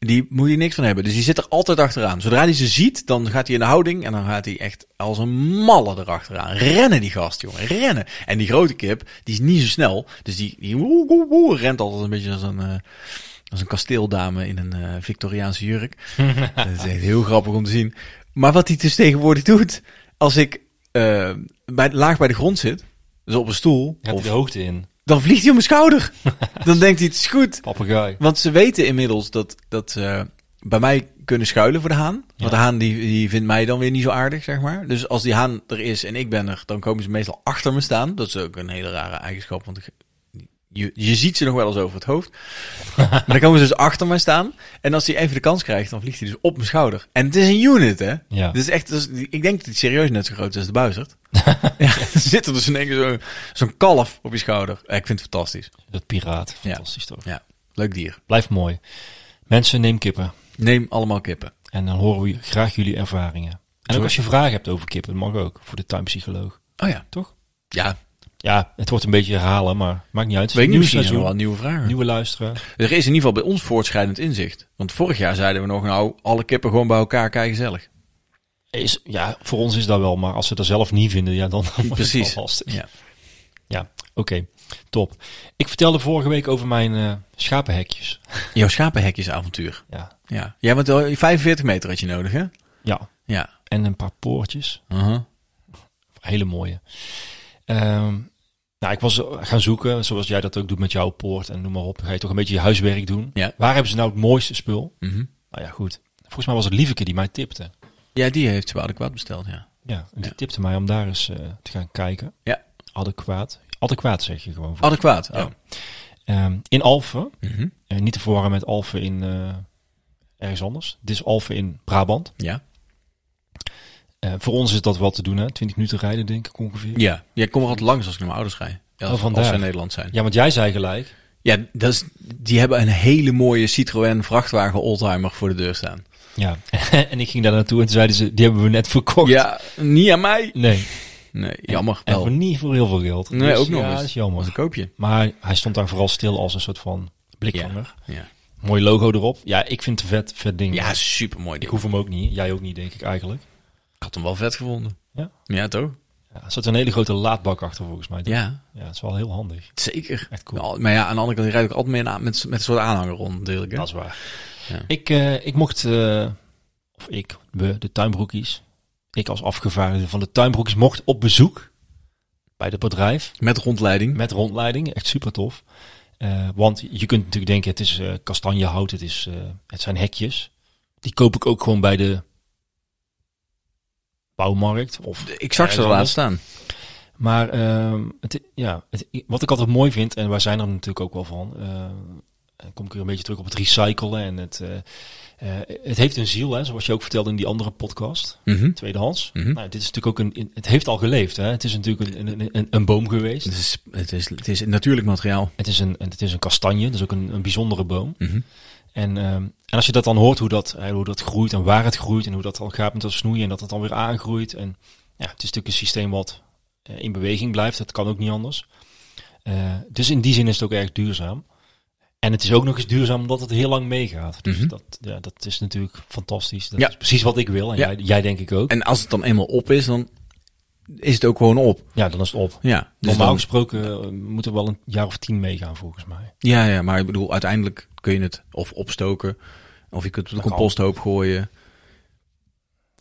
Speaker 3: Die moet hij niks van hebben. Dus die zit er altijd achteraan. Zodra hij ze ziet, dan gaat hij in de houding. En dan gaat hij echt als een malle erachteraan. Rennen die gast, jongen. Rennen. En die grote kip, die is niet zo snel. Dus die, die woe, woe, woe, rent altijd een beetje als een, eh, als een kasteeldame in een eh, Victoriaanse jurk. dat is echt heel grappig om te zien. Maar wat hij dus tegenwoordig doet, als ik eh, bij, laag bij de grond zit, dus op een stoel,
Speaker 2: Gaat hij
Speaker 3: of,
Speaker 2: de hoogte in.
Speaker 3: dan vliegt hij om mijn schouder. dan denkt hij, het is goed.
Speaker 2: Papegaai.
Speaker 3: Want ze weten inmiddels dat, dat ze bij mij kunnen schuilen voor de haan. Want de haan die, die vindt mij dan weer niet zo aardig, zeg maar. Dus als die haan er is en ik ben er, dan komen ze meestal achter me staan. Dat is ook een hele rare eigenschap, want ik- je, je ziet ze nog wel eens over het hoofd. maar dan komen ze dus achter mij staan. En als hij even de kans krijgt, dan vliegt hij dus op mijn schouder. En het is een unit, hè?
Speaker 2: Ja.
Speaker 3: Dit is echt, dat is- ik denk dat hij serieus net zo groot is als de buizerd. ja, er zit er dus in één keer zo- zo'n kalf op je schouder. Ja, Ik vind het fantastisch.
Speaker 2: Dat piraat. Fantastisch toch?
Speaker 3: Ja, leuk dier.
Speaker 2: Blijf mooi. Mensen, neem kippen.
Speaker 3: Neem allemaal kippen.
Speaker 2: En dan horen we graag jullie ervaringen. En ook als je vragen hebt over kippen, dat mag ook. Voor de tuinpsycholoog.
Speaker 3: Oh ja.
Speaker 2: Toch?
Speaker 3: Ja,
Speaker 2: Ja, het wordt een beetje herhalen, maar maakt niet uit.
Speaker 3: weet ik
Speaker 2: Nieuw
Speaker 3: niet, misschien
Speaker 2: seizoen,
Speaker 3: wel nieuwe vragen.
Speaker 2: Nieuwe luisteraar.
Speaker 3: Er is in ieder geval bij ons voortschrijdend inzicht. Want vorig jaar zeiden we nog, nou, alle kippen gewoon bij elkaar, kijk gezellig.
Speaker 2: Is, ja, voor ons is dat wel, maar als ze dat zelf niet vinden, ja, dan wordt
Speaker 3: Precies.
Speaker 2: het wel lastig.
Speaker 3: Ja.
Speaker 2: Ja, oké. Top. Ik vertelde vorige week over mijn eh, schapenhekjes.
Speaker 3: Jouw schapenhekjesavontuur.
Speaker 2: Ja.
Speaker 3: Ja. Jij bent wel 45 meter had je nodig, hè?
Speaker 2: ja.
Speaker 3: Ja.
Speaker 2: En een paar poortjes.
Speaker 3: Uh-huh.
Speaker 2: Hele mooie. Ehm, nou, ik was eh, gaan zoeken, zoals jij dat ook doet met jouw poort en noem maar op. Dan Ga je toch een beetje je huiswerk doen.
Speaker 3: Ja.
Speaker 2: Waar hebben ze nou het mooiste spul?
Speaker 3: Mhm.
Speaker 2: Nou ja, goed. Volgens mij was het Lieveke die mij tipte.
Speaker 3: Ja, die heeft ze wel adequaat besteld, ja.
Speaker 2: Ja, en die
Speaker 3: Ja.
Speaker 2: tipte mij om daar eens eh, te gaan kijken.
Speaker 3: Ja.
Speaker 2: Adequaat. Adequaat zeg je gewoon. Voor.
Speaker 3: Adequaat. Oh.
Speaker 2: Ja. Ehm, in Alphen.
Speaker 3: Mhm.
Speaker 2: Eh, niet te verwarren met Alphen in eh, ergens anders. Dit is Alphen in Brabant.
Speaker 3: ja.
Speaker 2: Eh, voor ons is dat wel te doen, hè? 20 minuten rijden, denk ik ongeveer.
Speaker 3: Ja. Jij komt er altijd langs als ik naar mijn ouders rijd. Ja, als-
Speaker 2: Oh,
Speaker 3: als
Speaker 2: vandaar.
Speaker 3: ze in Nederland zijn.
Speaker 2: Ja, want jij zei gelijk.
Speaker 3: Ja, dat is, die hebben een hele mooie Citroën vrachtwagen oldtimer voor de deur staan.
Speaker 2: Ja. en ik ging daar naartoe en toen zeiden ze, die hebben we net verkocht.
Speaker 3: Ja, niet aan mij.
Speaker 2: Nee.
Speaker 3: Nee, jammer.
Speaker 2: En
Speaker 3: Wel.
Speaker 2: voor niet voor heel veel geld.
Speaker 3: Nee,
Speaker 2: Dus
Speaker 3: ook nog
Speaker 2: ja,
Speaker 3: eens.
Speaker 2: dat is
Speaker 3: Wat een
Speaker 2: jammer.
Speaker 3: koopje.
Speaker 2: Maar hij stond daar vooral stil als een soort van blikvanger.
Speaker 3: Ja.
Speaker 2: Mooi logo erop. Ja, ik vind het een vet, vet ding.
Speaker 3: Ja, supermooi.
Speaker 2: Ik
Speaker 3: ding.
Speaker 2: hoef hem ook niet. Jij ook niet, denk ik eigenlijk.
Speaker 3: Ik had hem wel vet gevonden.
Speaker 2: Ja?
Speaker 3: Ja, toch?
Speaker 2: Ja, er zat een hele grote laadbak achter volgens mij.
Speaker 3: Ja,
Speaker 2: Ja, dat is wel heel handig.
Speaker 3: zeker.
Speaker 2: Echt cool.
Speaker 3: Nou, maar ja, aan de andere kant je rijdt ook altijd meer na, met, met een soort aanhanger rond natuurlijk. Hè?
Speaker 2: Dat is waar.
Speaker 3: Ja.
Speaker 2: Ik, eh, ik mocht, eh, of ik, we, de tuinbroekies. Ik als afgevaardigde van de tuinbroekies mocht op bezoek bij het bedrijf.
Speaker 3: Met rondleiding.
Speaker 2: Met rondleiding, echt super tof. Eh, want je kunt natuurlijk denken, het is eh, kastanjehout, het, is, eh, het zijn hekjes. Die koop ik ook gewoon bij de bouwmarkt. Of,
Speaker 3: Ik zag ze er
Speaker 2: Ja,
Speaker 3: laatst staan.
Speaker 2: maar ehm, het, ja, het, wat ik altijd mooi vind, en wij zijn er natuurlijk ook wel van, eh, dan kom ik weer een beetje terug op het recyclen. En het, eh, eh, het heeft een ziel, hè, zoals je ook vertelde in die andere podcast,
Speaker 3: Mhm.
Speaker 2: tweedehands.
Speaker 3: Mhm.
Speaker 2: Nou, dit is natuurlijk ook een, een- het heeft al geleefd. Hè. Het is natuurlijk een, een, een, een boom geweest.
Speaker 3: Het, is, het, is, het is natuurlijk materiaal.
Speaker 2: Het is een, het is een kastanje, dat is ook een, een bijzondere boom.
Speaker 3: Mhm.
Speaker 2: En, ehm, en als je dat dan hoort, hoe dat, hè, hoe dat groeit en waar het groeit en hoe dat dan gaat met dat snoeien en dat het dan weer aangroeit. En ja, het is natuurlijk een systeem wat eh, in beweging blijft, dat kan ook niet anders. Eh, dus in die zin is het ook erg duurzaam. En het is ook nog eens duurzaam omdat het heel lang meegaat. Dus
Speaker 3: Mhm.
Speaker 2: dat, ja, dat is natuurlijk fantastisch. Dat
Speaker 3: Ja.
Speaker 2: is precies wat ik wil en
Speaker 3: Ja.
Speaker 2: jij, jij denk ik ook.
Speaker 3: En als het dan eenmaal op is, dan is het ook gewoon op.
Speaker 2: ja, dan is het op.
Speaker 3: Ja, dus
Speaker 2: Normaal
Speaker 3: dan,
Speaker 2: gesproken eh, moet er wel een jaar of tien meegaan volgens mij.
Speaker 3: ja, ja, maar ik bedoel, uiteindelijk kun je het of opstoken, of je kunt het op een
Speaker 2: kan.
Speaker 3: composthoop gooien.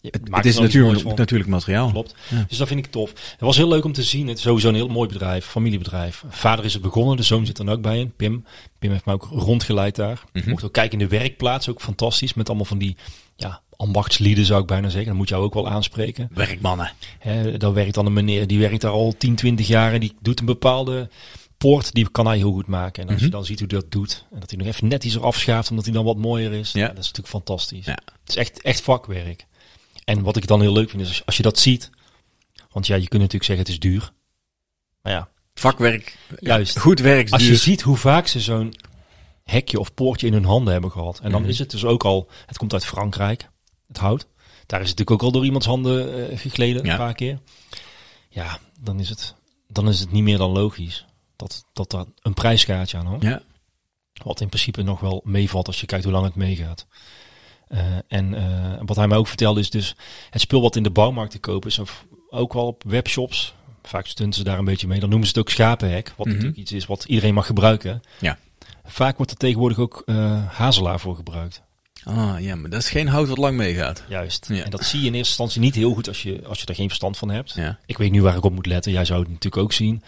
Speaker 2: Je maakt
Speaker 3: Het,
Speaker 2: er
Speaker 3: het is
Speaker 2: wel iets
Speaker 3: natuurlijk,
Speaker 2: moois van.
Speaker 3: natuurlijk materiaal.
Speaker 2: Klopt.
Speaker 3: Ja.
Speaker 2: Dus dat vind ik tof. Het was heel leuk om te zien. Het is sowieso een heel mooi bedrijf, familiebedrijf. Vader is het begonnen, de zoon zit er dan ook bij in. Pim. Pim heeft mij ook rondgeleid daar.
Speaker 3: Mhm.
Speaker 2: Mocht ook kijken in de werkplaats, ook fantastisch. Met allemaal van die ja, ambachtslieden zou ik bijna zeggen. Dat moet jou ook wel aanspreken.
Speaker 3: Werkmannen.
Speaker 2: Hè, dan werkt dan een meneer, die werkt daar al 10, 20 jaar en die doet een bepaalde poort, die kan hij heel goed maken.
Speaker 3: Mhm.
Speaker 2: En als je dan ziet hoe dat doet, en dat hij nog even net iets eraf schaaft, omdat hij dan wat mooier is,
Speaker 3: Ja.
Speaker 2: ja. dat is natuurlijk fantastisch.
Speaker 3: Ja.
Speaker 2: Het is echt, echt vakwerk. En wat ik dan heel leuk vind, is als- als je dat ziet, want ja, je kunt natuurlijk zeggen het is duur. Maar ja,
Speaker 3: Vakwerk.
Speaker 2: Juist.
Speaker 3: Goed werk. dus.
Speaker 2: als je ziet hoe vaak ze zo'n hekje of poortje in hun handen hebben gehad. En dan
Speaker 3: Mhm.
Speaker 2: is het dus ook al, het komt uit Frankrijk, het hout. Daar is het natuurlijk ook al door iemands handen eh, gegleden
Speaker 3: Ja.
Speaker 2: een paar keer. Ja, dan is het, dan is het niet meer dan logisch dat, dat daar een prijskaartje aan hangt.
Speaker 3: Ja.
Speaker 2: Wat in principe nog wel meevalt als je kijkt hoe lang het meegaat. Eh, en eh, wat hij mij ook vertelde is dus het spul wat in de bouwmarkt te kopen is, of ook wel op webshops. Vaak stunten ze daar een beetje mee. Dan noemen ze het ook schapenhek, wat
Speaker 3: Mhm.
Speaker 2: natuurlijk iets is wat iedereen mag gebruiken.
Speaker 3: Ja.
Speaker 2: Vaak wordt er tegenwoordig ook eh, hazelaar voor gebruikt.
Speaker 3: Ah, ja, maar dat is geen hout wat lang meegaat.
Speaker 2: Juist.
Speaker 3: Ja.
Speaker 2: En dat zie je in eerste instantie niet heel goed als je, als je er geen verstand van hebt.
Speaker 3: Ja.
Speaker 2: Ik weet nu waar ik op moet letten. Jij zou het natuurlijk ook zien.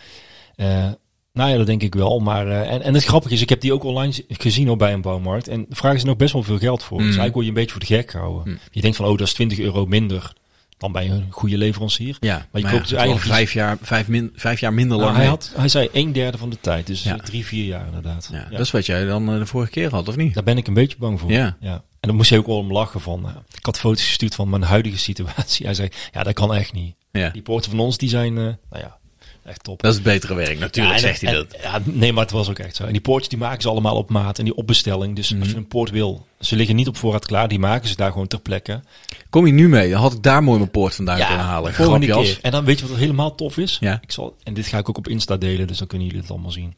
Speaker 2: Eh, nou ja, dat denk ik wel. Maar, eh, en, en het grappige is, ik heb die ook online z- gezien hoor, bij een bouwmarkt. En de vraag is er nog best wel veel geld voor.
Speaker 3: Mm.
Speaker 2: Dus eigenlijk word je een beetje voor de gek gehouden.
Speaker 3: Mm.
Speaker 2: Je denkt van, oh, dat is 20 euro minder dan bij een goede leverancier.
Speaker 3: Ja,
Speaker 2: Maar je
Speaker 3: ja, het
Speaker 2: koopt dus
Speaker 3: is wel
Speaker 2: eigenlijk iets-
Speaker 3: vijf jaar, vijf, min, vijf jaar minder
Speaker 2: Nou,
Speaker 3: lang
Speaker 2: hij,
Speaker 3: mee.
Speaker 2: had, hij zei een derde van de tijd. Dus
Speaker 3: Ja.
Speaker 2: eh, drie, vier jaar inderdaad.
Speaker 3: Ja,
Speaker 2: Ja.
Speaker 3: Dat is wat jij dan eh, de vorige keer had, of niet?
Speaker 2: Daar ben ik een beetje bang voor.
Speaker 3: Ja.
Speaker 2: En dan moest hij ook wel om lachen van. eh, ik had foto's gestuurd van mijn huidige situatie. Hij zei, ja, dat kan echt niet.
Speaker 3: Ja.
Speaker 2: Die poorten van ons, die zijn, eh, nou ja, echt top.
Speaker 3: Dat is het betere werk, natuurlijk
Speaker 2: Ja, en-
Speaker 3: zegt hij
Speaker 2: en-
Speaker 3: dat.
Speaker 2: Ja, nee, maar het was ook echt zo. En die poortjes die maken ze allemaal op maat en die opbestelling. Dus
Speaker 3: Mhm.
Speaker 2: als je een poort wil, ze liggen niet op voorraad klaar. Die maken ze daar gewoon ter plekke.
Speaker 3: Kom je nu mee? Dan had ik daar mooi mijn poort vandaan kunnen halen.
Speaker 2: volgende
Speaker 3: Grapjas.
Speaker 2: keer. En dan weet je wat helemaal tof is?
Speaker 3: Ja.
Speaker 2: Ik zal, en dit ga ik ook op Insta delen, dus dan kunnen jullie het allemaal zien.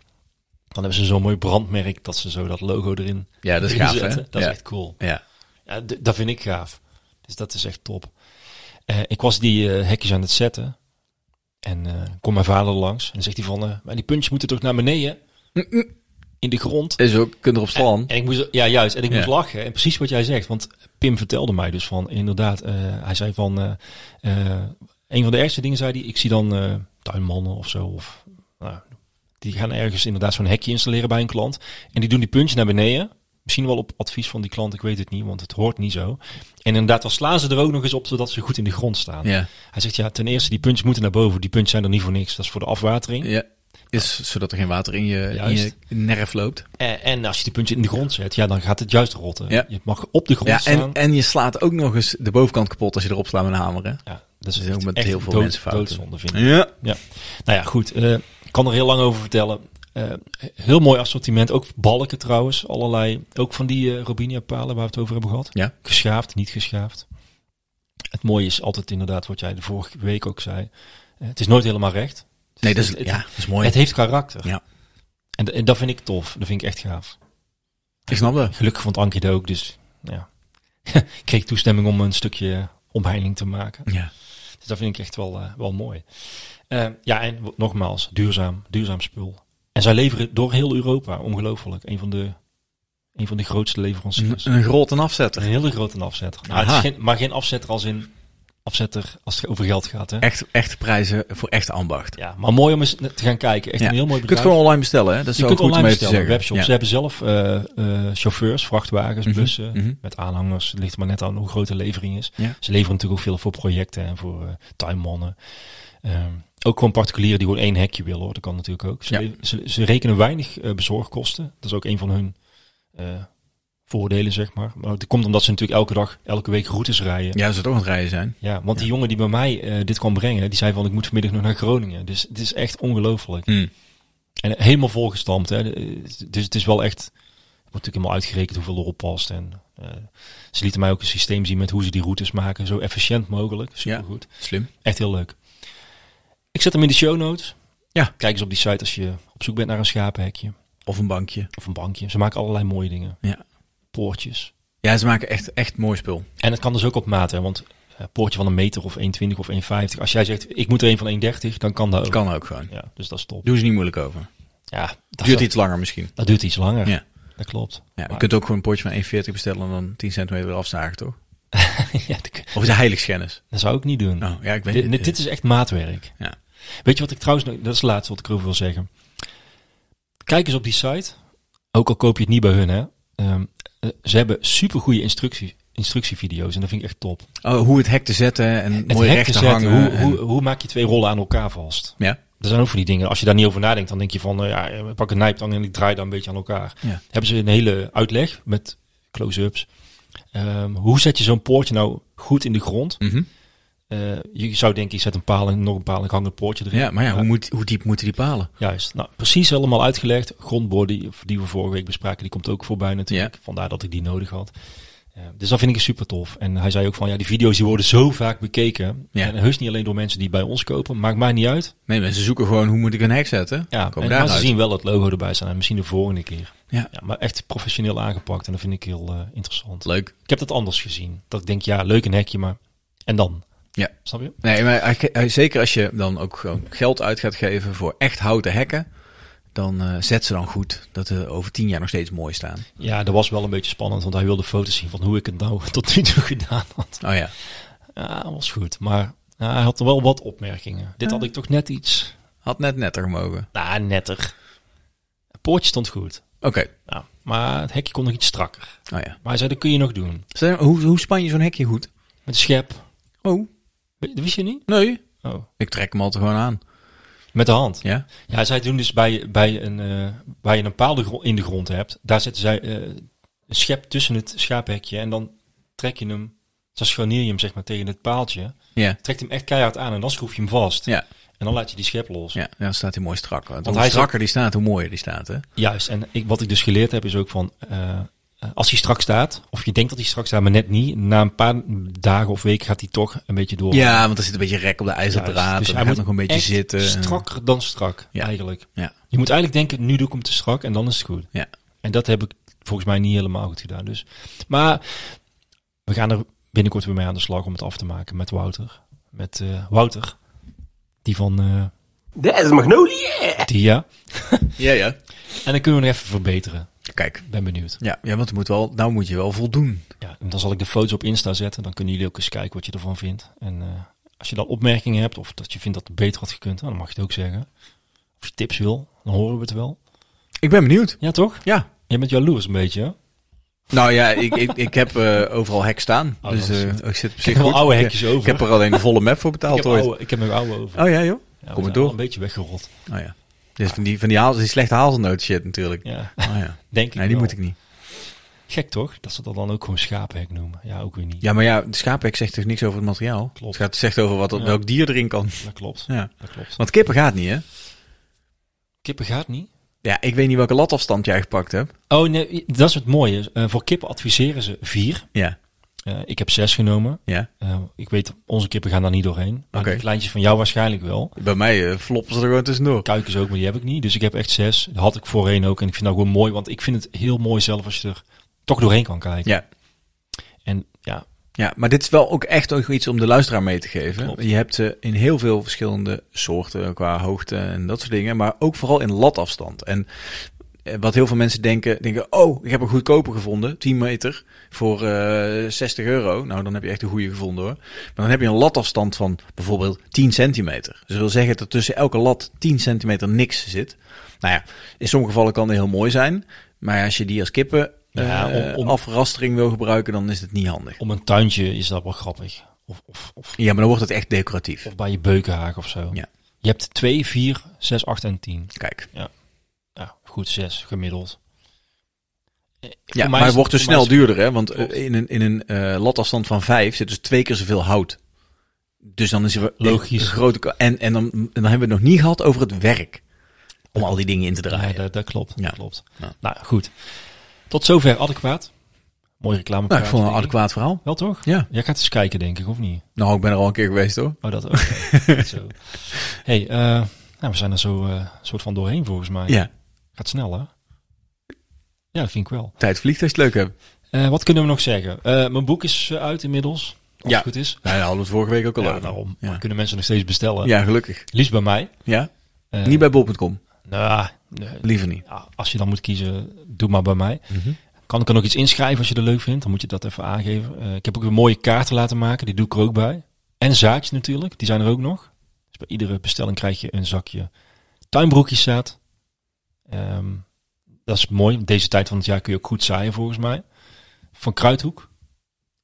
Speaker 2: Dan hebben ze zo'n mooi brandmerk dat ze zo dat logo erin
Speaker 3: Ja, dat is
Speaker 2: erin
Speaker 3: gaaf, hè?
Speaker 2: zetten. Dat
Speaker 3: Ja.
Speaker 2: is echt cool.
Speaker 3: Ja.
Speaker 2: Ja, d- dat vind ik gaaf. Dus dat is echt top. Eh, ik was die eh, hekjes aan het zetten. En eh kom mijn vader langs. En dan zegt hij van, eh, maar die puntjes moeten toch naar beneden? In de grond.
Speaker 3: Is ook, kun erop slaan.
Speaker 2: En ik moest, ja, juist. En ik moest
Speaker 3: Ja.
Speaker 2: lachen. En precies wat jij zegt. Want Pim vertelde mij dus van, inderdaad, eh, hij zei van, eh, eh, een van de ergste dingen zei hij, ik zie dan eh, tuinmannen of zo. Of, nou, die gaan ergens inderdaad zo'n hekje installeren bij een klant. En die doen die puntjes naar beneden. Misschien wel op advies van die klant, ik weet het niet, want het hoort niet zo. En inderdaad, dan slaan ze er ook nog eens op, zodat ze goed in de grond staan.
Speaker 3: Ja.
Speaker 2: Hij zegt, ja, ten eerste, die puntjes moeten naar boven. Die puntjes zijn er niet voor niks. Dat is voor de afwatering.
Speaker 3: ja. Is zodat er geen water in je, in je
Speaker 2: Juist.
Speaker 3: nerf loopt.
Speaker 2: En, en als je die puntjes in de grond zet, ja, dan gaat het juist rotten.
Speaker 3: Ja.
Speaker 2: Je mag op de grond
Speaker 3: Ja,
Speaker 2: staan.
Speaker 3: en, en je slaat ook nog eens de bovenkant kapot als je erop slaat met een hamer. Hè?
Speaker 2: Ja, dat
Speaker 3: Dat
Speaker 2: is
Speaker 3: is
Speaker 2: ook
Speaker 3: ook met
Speaker 2: echt
Speaker 3: heel veel
Speaker 2: dood,
Speaker 3: mensen fouten.
Speaker 2: doodzonde, vind ik.
Speaker 3: Ja.
Speaker 2: Nou ja, goed. eh, ik kan er heel lang over vertellen. Eh, heel mooi assortiment. Ook balken trouwens. Allerlei. Ook van die eh Robinia-palen waar we het over hebben gehad.
Speaker 3: Ja.
Speaker 2: Geschaafd, niet geschaafd. Het mooie is altijd inderdaad wat jij de vorige week ook zei. Eh, het is nooit helemaal recht.
Speaker 3: Nee, dat is,
Speaker 2: Het- het-
Speaker 3: ja, dat is mooi.
Speaker 2: Het heeft karakter.
Speaker 3: Ja.
Speaker 2: En, d- en dat vind ik tof. Dat vind ik echt gaaf.
Speaker 3: ik snap dat.
Speaker 2: Gelukkig vond Ankie dat ook. Dus ja. ik kreeg toestemming om een stukje omheining te maken.
Speaker 3: Ja.
Speaker 2: Dus dat vind ik echt wel, eh, wel mooi. Eh, ja, en w- nogmaals, duurzaam, duurzaam spul. En zij leveren door heel Europa, ongelooflijk. Een van de, een van de grootste
Speaker 3: Een,
Speaker 2: leveranciers.
Speaker 3: een grote
Speaker 2: Een
Speaker 3: afzetter.
Speaker 2: hele grote afzetter. Nou, het is
Speaker 3: Mm-hmm. Aha.
Speaker 2: geen, maar geen afzetter als in afzetter als het over geld gaat. Hè?
Speaker 3: Echt, echte prijzen voor echt ambacht.
Speaker 2: Ja, maar mooi om eens te gaan kijken. Echt
Speaker 3: Ja.
Speaker 2: een heel mooi
Speaker 3: Je kunt
Speaker 2: bedrijf.
Speaker 3: gewoon online bestellen. Hè? Dat is
Speaker 2: je
Speaker 3: wel
Speaker 2: kunt
Speaker 3: goed
Speaker 2: online
Speaker 3: om even te
Speaker 2: bestellen, op
Speaker 3: zeggen.
Speaker 2: webshops. Ze
Speaker 3: Ja.
Speaker 2: hebben zelf eh, eh, chauffeurs, vrachtwagens,
Speaker 3: Mhm,
Speaker 2: bussen
Speaker 3: mhm.
Speaker 2: met aanhangers. Het ligt maar net aan hoe groot de levering is.
Speaker 3: Ja.
Speaker 2: Ze leveren natuurlijk ook veel voor projecten en voor eh, tuinmannen. Ehm, ook gewoon particulieren die gewoon één hekje willen hoor. Dat kan natuurlijk ook. Ze,
Speaker 3: Ja.
Speaker 2: le- ze, ze rekenen weinig eh, bezorgkosten. Dat is ook een van hun eh, voordelen, zeg maar. Maar dat komt omdat ze natuurlijk elke dag, elke week routes rijden.
Speaker 3: Ja, ze het ook aan het rijden zijn.
Speaker 2: Ja, want die jongen die bij mij eh, dit kwam brengen, die zei van ik moet vanmiddag nog naar Groningen. Dus het is echt ongelooflijk.
Speaker 3: Hmm.
Speaker 2: En helemaal volgestampt. Hè. Dus het is wel echt... Het wordt natuurlijk helemaal uitgerekend hoeveel erop past. En eh, ze lieten mij ook een systeem zien met hoe ze die routes maken. Zo efficiënt mogelijk. Supergoed.
Speaker 3: Slim.
Speaker 2: Echt heel leuk. Ik zet hem in de show notes.
Speaker 3: Ja.
Speaker 2: Kijk eens op die site als je op zoek bent naar een schapenhekje.
Speaker 3: Of een bankje.
Speaker 2: Of een bankje. Ze maken allerlei mooie dingen.
Speaker 3: Ja.
Speaker 2: Poortjes.
Speaker 3: Ja, ze maken echt, echt mooi spul.
Speaker 2: En het kan dus ook op maat. Hè, want eh poortje van een meter of 1,20 of 1,50. Als jij zegt ik moet er een van 1,30. Dan kan dat ook.
Speaker 3: Kan ook gewoon.
Speaker 2: Ja, dus dat is top.
Speaker 3: Doen ze niet moeilijk over.
Speaker 2: Ja, dat
Speaker 3: Duurt iets langer misschien.
Speaker 2: Dat duurt iets langer.
Speaker 3: Ja.
Speaker 2: Dat klopt.
Speaker 3: Ja, je
Speaker 2: Maar-
Speaker 3: kunt ook gewoon een potje van 1,40 bestellen en dan 10 centimeter afzagen, toch?
Speaker 2: ja, dat,
Speaker 3: Of is het heiligschennis?
Speaker 2: dat zou ik niet doen.
Speaker 3: Nou, ja, ik weet
Speaker 2: Mm. Dit,
Speaker 3: niet.
Speaker 2: dit- dit is echt maatwerk.
Speaker 3: Ja.
Speaker 2: Weet je wat ik trouwens, nog- dat is het laatste wat ik erover wil zeggen. Kijk eens op die site. Ook al koop je het niet bij hun, hè. Ehm, eh, ze hebben supergoeie instructie, instructievideo's en dat vind ik echt top.
Speaker 3: Oh, hoe het hek te zetten en
Speaker 2: Het
Speaker 3: mooi
Speaker 2: hek
Speaker 3: recht
Speaker 2: te
Speaker 3: te
Speaker 2: zetten,
Speaker 3: hangen.
Speaker 2: hoe,
Speaker 3: en-
Speaker 2: hoe, hoe maak je twee rollen aan elkaar vast?
Speaker 3: ja,
Speaker 2: Er zijn ook van die dingen, als je daar niet over nadenkt, dan denk je van, eh, ja, eh, pak een nijptang en ik draai daar een beetje aan elkaar.
Speaker 3: Ja.
Speaker 2: Hebben ze een hele uitleg met close-ups. Ehm, hoe zet je zo'n poortje nou goed in de grond?
Speaker 3: Mhm.
Speaker 2: Eh, je zou denken, ik zet een paal en nog een paal en ik hang het poortje erin.
Speaker 3: ja maar ja, Hoe, moet, hoe diep moeten die palen?
Speaker 2: Juist. Nou, precies helemaal uitgelegd. Grondbody, die we vorige week bespraken, die komt ook voorbij natuurlijk. Vandaar dat ik die nodig had. Ja, dus dat vind ik super tof. En hij zei ook van, ja, die video's die worden zo vaak bekeken.
Speaker 3: Ja.
Speaker 2: En heus niet alleen door mensen die bij ons kopen. Maakt mij niet uit.
Speaker 3: Nee, mensen zoeken gewoon hoe moet ik een hek zetten.
Speaker 2: Ja, en,
Speaker 3: Komen
Speaker 2: maar ze
Speaker 3: daaruit.
Speaker 2: zien wel het logo erbij staan. En misschien de volgende keer.
Speaker 3: Ja.
Speaker 2: maar echt professioneel aangepakt. En dat vind ik heel eh, interessant.
Speaker 3: Leuk.
Speaker 2: Ik heb dat anders gezien. Dat ik denk, ja, leuk een hekje, maar... En dan?
Speaker 3: Ja.
Speaker 2: Snap je?
Speaker 3: Nee, maar hij- hij- zeker als je dan ook gewoon geld uit gaat geven voor echt houten hekken, dan eh, zet ze dan goed dat ze over tien jaar nog steeds mooi staan.
Speaker 2: Ja, dat was wel een beetje spannend. Want hij wilde foto's zien van hoe ik het nou tot nu toe gedaan had.
Speaker 3: Oh ja.
Speaker 2: Ja, dat was goed. Maar ja, hij had wel wat opmerkingen. Dit had ik toch net iets...
Speaker 3: Had net netter mogen.
Speaker 2: Nou, netter. Het poortje stond goed.
Speaker 3: Oké.
Speaker 2: Ja, maar het hekje kon nog iets strakker.
Speaker 3: Oh ja.
Speaker 2: Maar hij zei, dat kun je nog doen.
Speaker 3: Zijn- Hoe, hoe span je zo'n hekje goed?
Speaker 2: Met een schep.
Speaker 3: Oh,
Speaker 2: Dat wist je niet?
Speaker 3: nee.
Speaker 2: Oh.
Speaker 3: Ik trek hem altijd gewoon aan.
Speaker 2: Met de hand.
Speaker 3: Ja?
Speaker 2: Ja, zij doen dus bij, bij een, eh, waar je een paal de gro- in de grond hebt. Daar zetten zij eh, een schep tussen het schaaphekje. En dan trek je hem, dan scharnier je hem zeg maar tegen het paaltje.
Speaker 3: Ja.
Speaker 2: Trekt hem echt keihard aan en dan schroef je hem vast.
Speaker 3: Ja.
Speaker 2: En dan laat je die schep los.
Speaker 3: Ja, dan staat hij mooi strak. Want, hoe
Speaker 2: hij is
Speaker 3: strakker die staat, hoe mooier die staat. Hè?
Speaker 2: Juist. En ik, wat ik dus geleerd heb is ook van... eh, eh, als hij strak staat, of je denkt dat hij strak staat, maar net niet. Na een paar dagen of weken gaat hij toch een beetje door.
Speaker 3: Ja, want er zit een beetje rek op de ijzerdraad.
Speaker 2: Juist.
Speaker 3: Dus hij gaat nog een beetje
Speaker 2: echt
Speaker 3: zitten.
Speaker 2: Strakker dan strak,
Speaker 3: Ja.
Speaker 2: eigenlijk.
Speaker 3: Ja.
Speaker 2: Je moet eigenlijk denken, nu doe ik hem te strak en dan is het goed.
Speaker 3: Ja.
Speaker 2: En dat heb ik volgens mij niet helemaal goed gedaan. Dus. Maar we gaan er binnenkort weer mee aan de slag om het af te maken met Wouter. Met eh, Wouter. Die van eh
Speaker 4: Dat is Magnolia.
Speaker 2: Dia.
Speaker 3: Ja, ja.
Speaker 2: En dan kunnen we nog even verbeteren.
Speaker 3: Kijk.
Speaker 2: Ik ben benieuwd.
Speaker 3: Ja, ja want er moet wel, nou moet je wel voldoen.
Speaker 2: Ja, en dan zal ik de foto's op Insta zetten. Dan kunnen jullie ook eens kijken wat je ervan vindt. En eh, als je dan opmerkingen hebt of dat je vindt dat het beter had gekund, nou, dan mag je het ook zeggen. Of je tips wil, dan horen we het wel.
Speaker 3: Ik ben benieuwd.
Speaker 2: Ja, toch?
Speaker 3: Ja.
Speaker 2: Je bent jaloers een beetje, hè?
Speaker 3: Nou ja, ik, ik, ik heb eh, overal hek staan.
Speaker 2: Oh,
Speaker 3: dus
Speaker 2: dat is
Speaker 3: eh,
Speaker 2: goed.
Speaker 3: ik zit op zich
Speaker 2: Ik heb wel
Speaker 3: goed.
Speaker 2: oude
Speaker 3: Ik-
Speaker 2: hekjes over.
Speaker 3: Ik heb er alleen de volle map voor betaald
Speaker 2: Ik heb,
Speaker 3: ooit.
Speaker 2: oude, ik heb nog oude over.
Speaker 3: Oh ja, joh.
Speaker 2: Ja, we
Speaker 3: kom
Speaker 2: zijn
Speaker 3: het door.
Speaker 2: al Een beetje weggerold.
Speaker 3: Oh ja. Dus van die, van die, haal, die slechte hazelnoot shit natuurlijk.
Speaker 2: Ja,
Speaker 3: Oh ja.
Speaker 2: denk ik
Speaker 3: Nee, die
Speaker 2: wel.
Speaker 3: moet ik niet.
Speaker 2: Gek toch? Dat ze dat dan ook gewoon schapenhek noemen. Ja, ook weer niet.
Speaker 3: Ja, maar ja, de schapenhek zegt toch niks over het materiaal?
Speaker 2: Klopt.
Speaker 3: Het gaat, zegt over wat,
Speaker 2: Ja.
Speaker 3: welk dier erin kan.
Speaker 2: Dat klopt.
Speaker 3: Ja.
Speaker 2: Dat klopt.
Speaker 3: Want kippen gaat niet, hè?
Speaker 2: Kippen gaat niet.
Speaker 3: Ja, ik weet niet welke latafstand jij gepakt hebt.
Speaker 2: Oh nee, dat is het mooie. Eh, voor kippen adviseren ze vier.
Speaker 3: Ja,
Speaker 2: Eh, ik heb zes genomen.
Speaker 3: ja.
Speaker 2: Eh, ik weet, onze kippen gaan daar niet doorheen. Maar
Speaker 3: Oké.
Speaker 2: de kleintjes van jou waarschijnlijk wel.
Speaker 3: Bij mij eh, floppen ze er gewoon tussendoor.
Speaker 2: Kuikens ook, maar die heb ik niet. Dus ik heb echt zes. Dat had ik voorheen ook. En ik vind dat gewoon mooi. Want ik vind het heel mooi zelf als je er toch doorheen kan kijken.
Speaker 3: Ja.
Speaker 2: En ja,
Speaker 3: Ja, maar dit is wel ook echt ook iets om de luisteraar mee te geven.
Speaker 2: Klopt.
Speaker 3: Je hebt ze in heel veel verschillende soorten qua hoogte en dat soort dingen, maar ook vooral in latafstand. En eh, wat heel veel mensen denken, denken, oh, ik heb een goedkoper gevonden, 10 meter voor eh 60 euro. Nou, dan heb je echt een goede gevonden hoor. Maar dan heb je een latafstand van bijvoorbeeld 10 centimeter. Dus dat wil zeggen dat tussen elke lat 10 centimeter niks zit. Nou ja, in sommige gevallen kan die heel mooi zijn, maar als je die als kippen
Speaker 2: Nou Ja,
Speaker 3: eh,
Speaker 2: om- om-
Speaker 3: afrastering wil gebruiken, dan is het niet handig.
Speaker 2: om een tuintje is dat wel grappig. Of, of, of
Speaker 3: Ja, maar dan wordt het echt decoratief.
Speaker 2: Of bij je beukenhaag of zo.
Speaker 3: Ja.
Speaker 2: Je hebt 2, 4, 6, 8 en 10.
Speaker 3: Kijk.
Speaker 2: Ja, goed 6 gemiddeld. Eh,
Speaker 3: Ja,
Speaker 2: voor mij
Speaker 3: maar
Speaker 2: is
Speaker 3: het wordt dus
Speaker 2: voor mij
Speaker 3: snel
Speaker 2: is-
Speaker 3: duurder, hè? Want eh,
Speaker 2: Klopt.
Speaker 3: in een, in een eh, latafstand van 5 zit dus twee keer zoveel hout. Dus dan is er
Speaker 2: Logisch.
Speaker 3: een grote. ko- En, en, dan, en dan hebben we het nog niet gehad over het werk. Om al die dingen in te
Speaker 2: Ja,
Speaker 3: draaien.
Speaker 2: dat, dat klopt.
Speaker 3: Ja.
Speaker 2: Dat klopt.
Speaker 3: Ja.
Speaker 2: Nou, goed. Tot zover adequaat. Mooi reclame.
Speaker 3: nou, ik vond het een
Speaker 2: denk ik.
Speaker 3: adequaat verhaal.
Speaker 2: Wel toch?
Speaker 3: Ja.
Speaker 2: Jij gaat eens kijken, denk ik, of niet?
Speaker 3: Nou, ik ben er al een keer geweest hoor.
Speaker 2: Oh, dat ook. zo. hey, eh, nou, we zijn er zo eh soort van doorheen volgens mij.
Speaker 3: Ja.
Speaker 2: Gaat snel, hè? Ja, dat vind ik wel.
Speaker 3: Tijd vliegt als je het leuk hebt.
Speaker 2: Eh, wat kunnen we nog zeggen? Eh, mijn boek is eh, uit inmiddels. Als
Speaker 3: Ja.
Speaker 2: het goed is.
Speaker 3: Nou, daar hadden we het vorige week ook al
Speaker 2: Ja,
Speaker 3: over.
Speaker 2: daarom.
Speaker 3: Ja.
Speaker 2: Maar Kunnen mensen nog steeds bestellen.
Speaker 3: Ja, gelukkig.
Speaker 2: Liefst bij mij.
Speaker 3: Ja?
Speaker 2: Eh,
Speaker 3: niet bij bol.com.
Speaker 2: Nou, nee.
Speaker 3: Liever niet.
Speaker 2: Ja, als je dan moet kiezen, doe maar bij mij.
Speaker 3: Mhm.
Speaker 2: Kan ik er nog iets inschrijven als je het leuk vindt? Dan moet je dat even aangeven. Eh, ik heb ook een mooie kaarten laten maken. Die doe ik er ook bij. En zaadjes natuurlijk. Die zijn er ook nog. Dus bij iedere bestelling krijg je een zakje tuinbroekjeszaad. Ehm dat is mooi. Deze tijd van het jaar kun je ook goed zaaien volgens mij. Van Kruidhoek.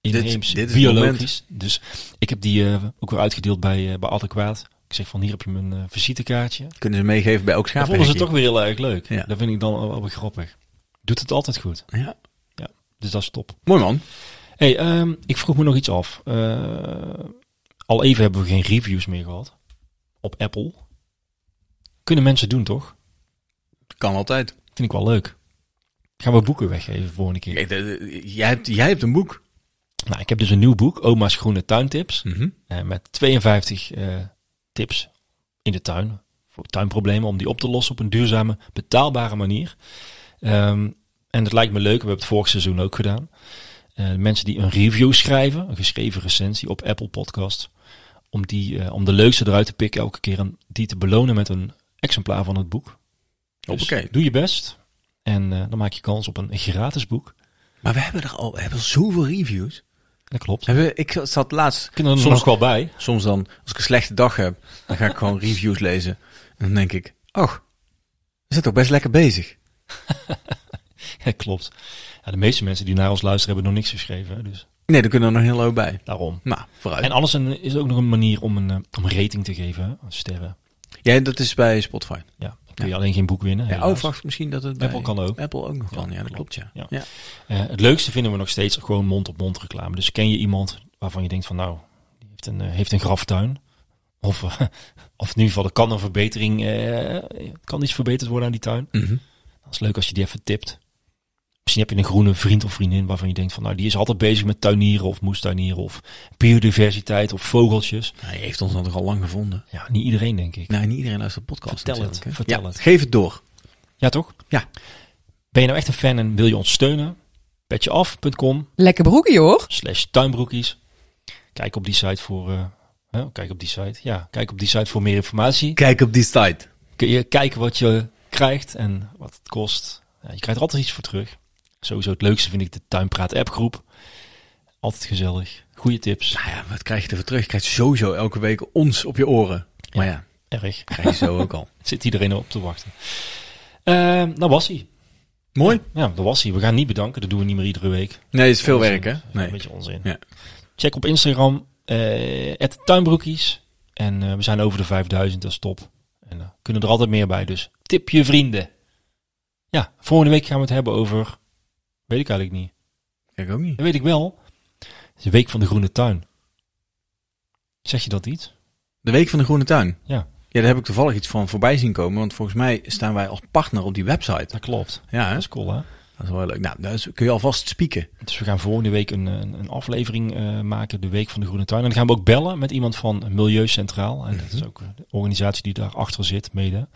Speaker 2: Inheems,
Speaker 3: dit is het
Speaker 2: biologisch. Dus ik heb die eh, ook weer uitgedeeld bij, eh, bij Adequaat. Ik zeg van hier heb je mijn eh, visitekaartje.
Speaker 3: Kunnen ze meegeven bij elk
Speaker 2: Dat
Speaker 3: schaap.
Speaker 2: vonden ze toch weer heel erg leuk.
Speaker 3: Ja.
Speaker 2: Dat vind ik dan wel, wel grappig. Doet het altijd goed.
Speaker 3: Ja.
Speaker 2: Dus dat is top.
Speaker 3: Mooi man.
Speaker 2: hey, ehm, ik vroeg me nog iets af. Eh, al even hebben we geen reviews meer gehad. Op Apple. Kunnen mensen doen, toch?
Speaker 3: Kan altijd.
Speaker 2: Vind ik wel leuk. Gaan we boeken weggeven volgende keer?
Speaker 3: Kijk, de- de- jij, hebt, jij hebt een boek.
Speaker 2: Nou, ik heb dus een nieuw boek, Oma's Groene Tuintips.
Speaker 3: Mhm.
Speaker 2: eh, met 52 eh, tips in de tuin. Voor tuinproblemen, om die op te lossen op een duurzame, betaalbare manier. Ehm, en dat lijkt me leuk. We hebben het vorig seizoen ook gedaan. Eh, mensen die een review schrijven, een geschreven recensie op Apple Podcasts. Om, die, eh, om de leukste eruit te pikken elke keer. En die te belonen met een exemplaar van het boek. Dus
Speaker 3: Hoppakee.
Speaker 2: doe je best. En eh, dan maak je kans op een gratis boek.
Speaker 3: Maar we hebben er al we hebben zoveel reviews.
Speaker 2: Dat klopt.
Speaker 3: Hebben we- ik zat laatst...
Speaker 2: Kunnen er
Speaker 3: soms,
Speaker 2: nog wel bij.
Speaker 3: soms dan, als ik een slechte dag heb, dan ga ik gewoon reviews lezen. En dan denk ik, oh, we zijn toch best lekker bezig.
Speaker 2: Ja, klopt. Ja, de meeste mensen die naar ons luisteren hebben nog niks geschreven. hè, Dus
Speaker 3: Nee, er kunnen er nog heel hoop bij.
Speaker 2: daarom.
Speaker 3: Nou, vooruit.
Speaker 2: En alles een- is ook nog een manier om een, eh, om een rating te geven. hè, aan Sterren.
Speaker 3: ja, dat is bij Spotify.
Speaker 2: Ja, dan kun je alleen geen boek winnen.
Speaker 3: Ja,
Speaker 2: helaas.
Speaker 3: oh, wacht, misschien dat het bij
Speaker 2: Apple kan ook.
Speaker 3: Apple ook nog kan. Ja, dat
Speaker 2: klopt.
Speaker 3: klopt, ja.
Speaker 2: Ja.
Speaker 3: ja.
Speaker 2: Eh, het leukste vinden we nog steeds gewoon mond-op-mond reclame. Dus ken je iemand waarvan je denkt van nou, die heeft een, eh, heeft een graftuin. Of, eh, of in ieder geval, er kan een verbetering, eh, kan iets verbeterd worden aan die tuin.
Speaker 3: Mhm.
Speaker 2: Dat is leuk als je die even tipt. Misschien heb je een groene vriend of vriendin waarvan je denkt van nou die is altijd bezig met tuinieren of moestuinieren of biodiversiteit of vogeltjes.
Speaker 3: Nou, Hij heeft ons dan toch al lang gevonden.
Speaker 2: Ja, niet iedereen denk ik.
Speaker 3: Nou, niet iedereen luistert podcast
Speaker 2: Vertel het,
Speaker 3: natuurlijk, hè?
Speaker 2: vertel
Speaker 3: Ja,
Speaker 2: het.
Speaker 3: Geef het door.
Speaker 2: Ja toch?
Speaker 3: Ja.
Speaker 2: Ben je nou echt een fan en wil je ons steunen? Petjeaf.com
Speaker 1: Lekker broekje hoor.
Speaker 2: slash tuinbroekies. Kijk op die site voor... eh, hè, kijk op die site. Ja, kijk op die site voor meer informatie.
Speaker 3: Kijk op die site.
Speaker 2: Kun je kijken wat je krijgt en wat het kost. Ja, je krijgt er altijd iets voor terug. Sowieso het leukste vind ik de Tuinpraat appgroep. Altijd gezellig. Goede tips.
Speaker 3: Nou ja, wat krijg je ervoor terug? Je krijgt sowieso elke week ons op je oren. Maar ja,
Speaker 2: Erg.
Speaker 3: krijg je zo ook al.
Speaker 2: Zit iedereen op te wachten. Eh nou was hij.
Speaker 3: Mooi.
Speaker 2: Ja, dat was hij. We gaan niet bedanken. Dat doen we niet meer iedere week.
Speaker 3: Nee, het is veel werk, hè?
Speaker 2: Dat is Een
Speaker 3: Nee.
Speaker 2: beetje onzin.
Speaker 3: Ja.
Speaker 2: Check op Instagram. eh tuinbroekies. En eh, we zijn over de 5000. Dat is top. En eh, kunnen er altijd meer bij. Dus tip je vrienden. Ja, volgende week gaan we het hebben over... Weet ik eigenlijk niet.
Speaker 3: Kijk ook niet.
Speaker 2: Dat weet ik wel. Het is de week van de groene tuin. Zeg je dat iets?
Speaker 3: De Week van de Groene Tuin.
Speaker 2: Ja.
Speaker 3: Ja, daar heb ik toevallig iets van voorbij zien komen. Want volgens mij staan wij als partner op die website.
Speaker 2: Dat klopt.
Speaker 3: Ja, hè?
Speaker 2: Dat is cool hè?
Speaker 3: dat is wel leuk. Nou, daar is- kun je alvast spieken.
Speaker 2: Dus we gaan volgende week een, een, een aflevering eh, maken, de Week van de Groene Tuin. En dan gaan we ook bellen met iemand van Milieu Centraal. En dat is ook eh, de organisatie die daarachter zit, mede.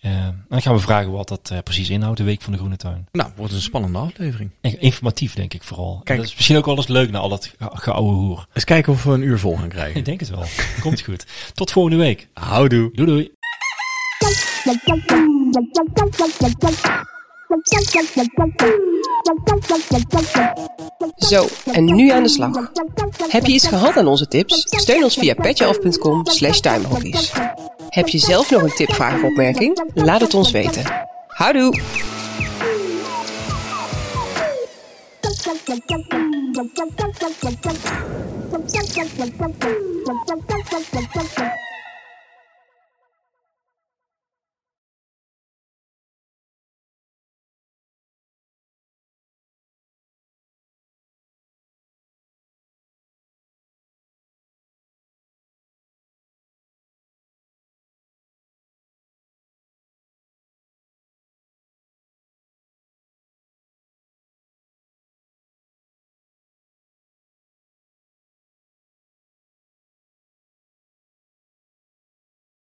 Speaker 2: Eh, en dan gaan we vragen wat dat eh, precies inhoudt, de Week van de Groene Tuin.
Speaker 3: Nou, wordt een spannende aflevering.
Speaker 2: En Informatief, denk ik vooral. En
Speaker 3: Kijk.
Speaker 2: Dat is misschien ook wel eens leuk na al dat ge- geouwe hoer.
Speaker 3: Eens kijken of we een uur vol gaan krijgen.
Speaker 2: Ik denk het wel. Komt goed. Tot volgende week.
Speaker 3: Houdoe.
Speaker 2: Doei doei.
Speaker 1: Zo, en nu aan de slag. Heb je iets gehad aan onze tips? Steun ons via petjeaf.com slash tuinbroekies. Heb je zelf nog een tip, vraag of opmerking? Laat het ons weten. Houdoe!
Speaker 4: Thank you.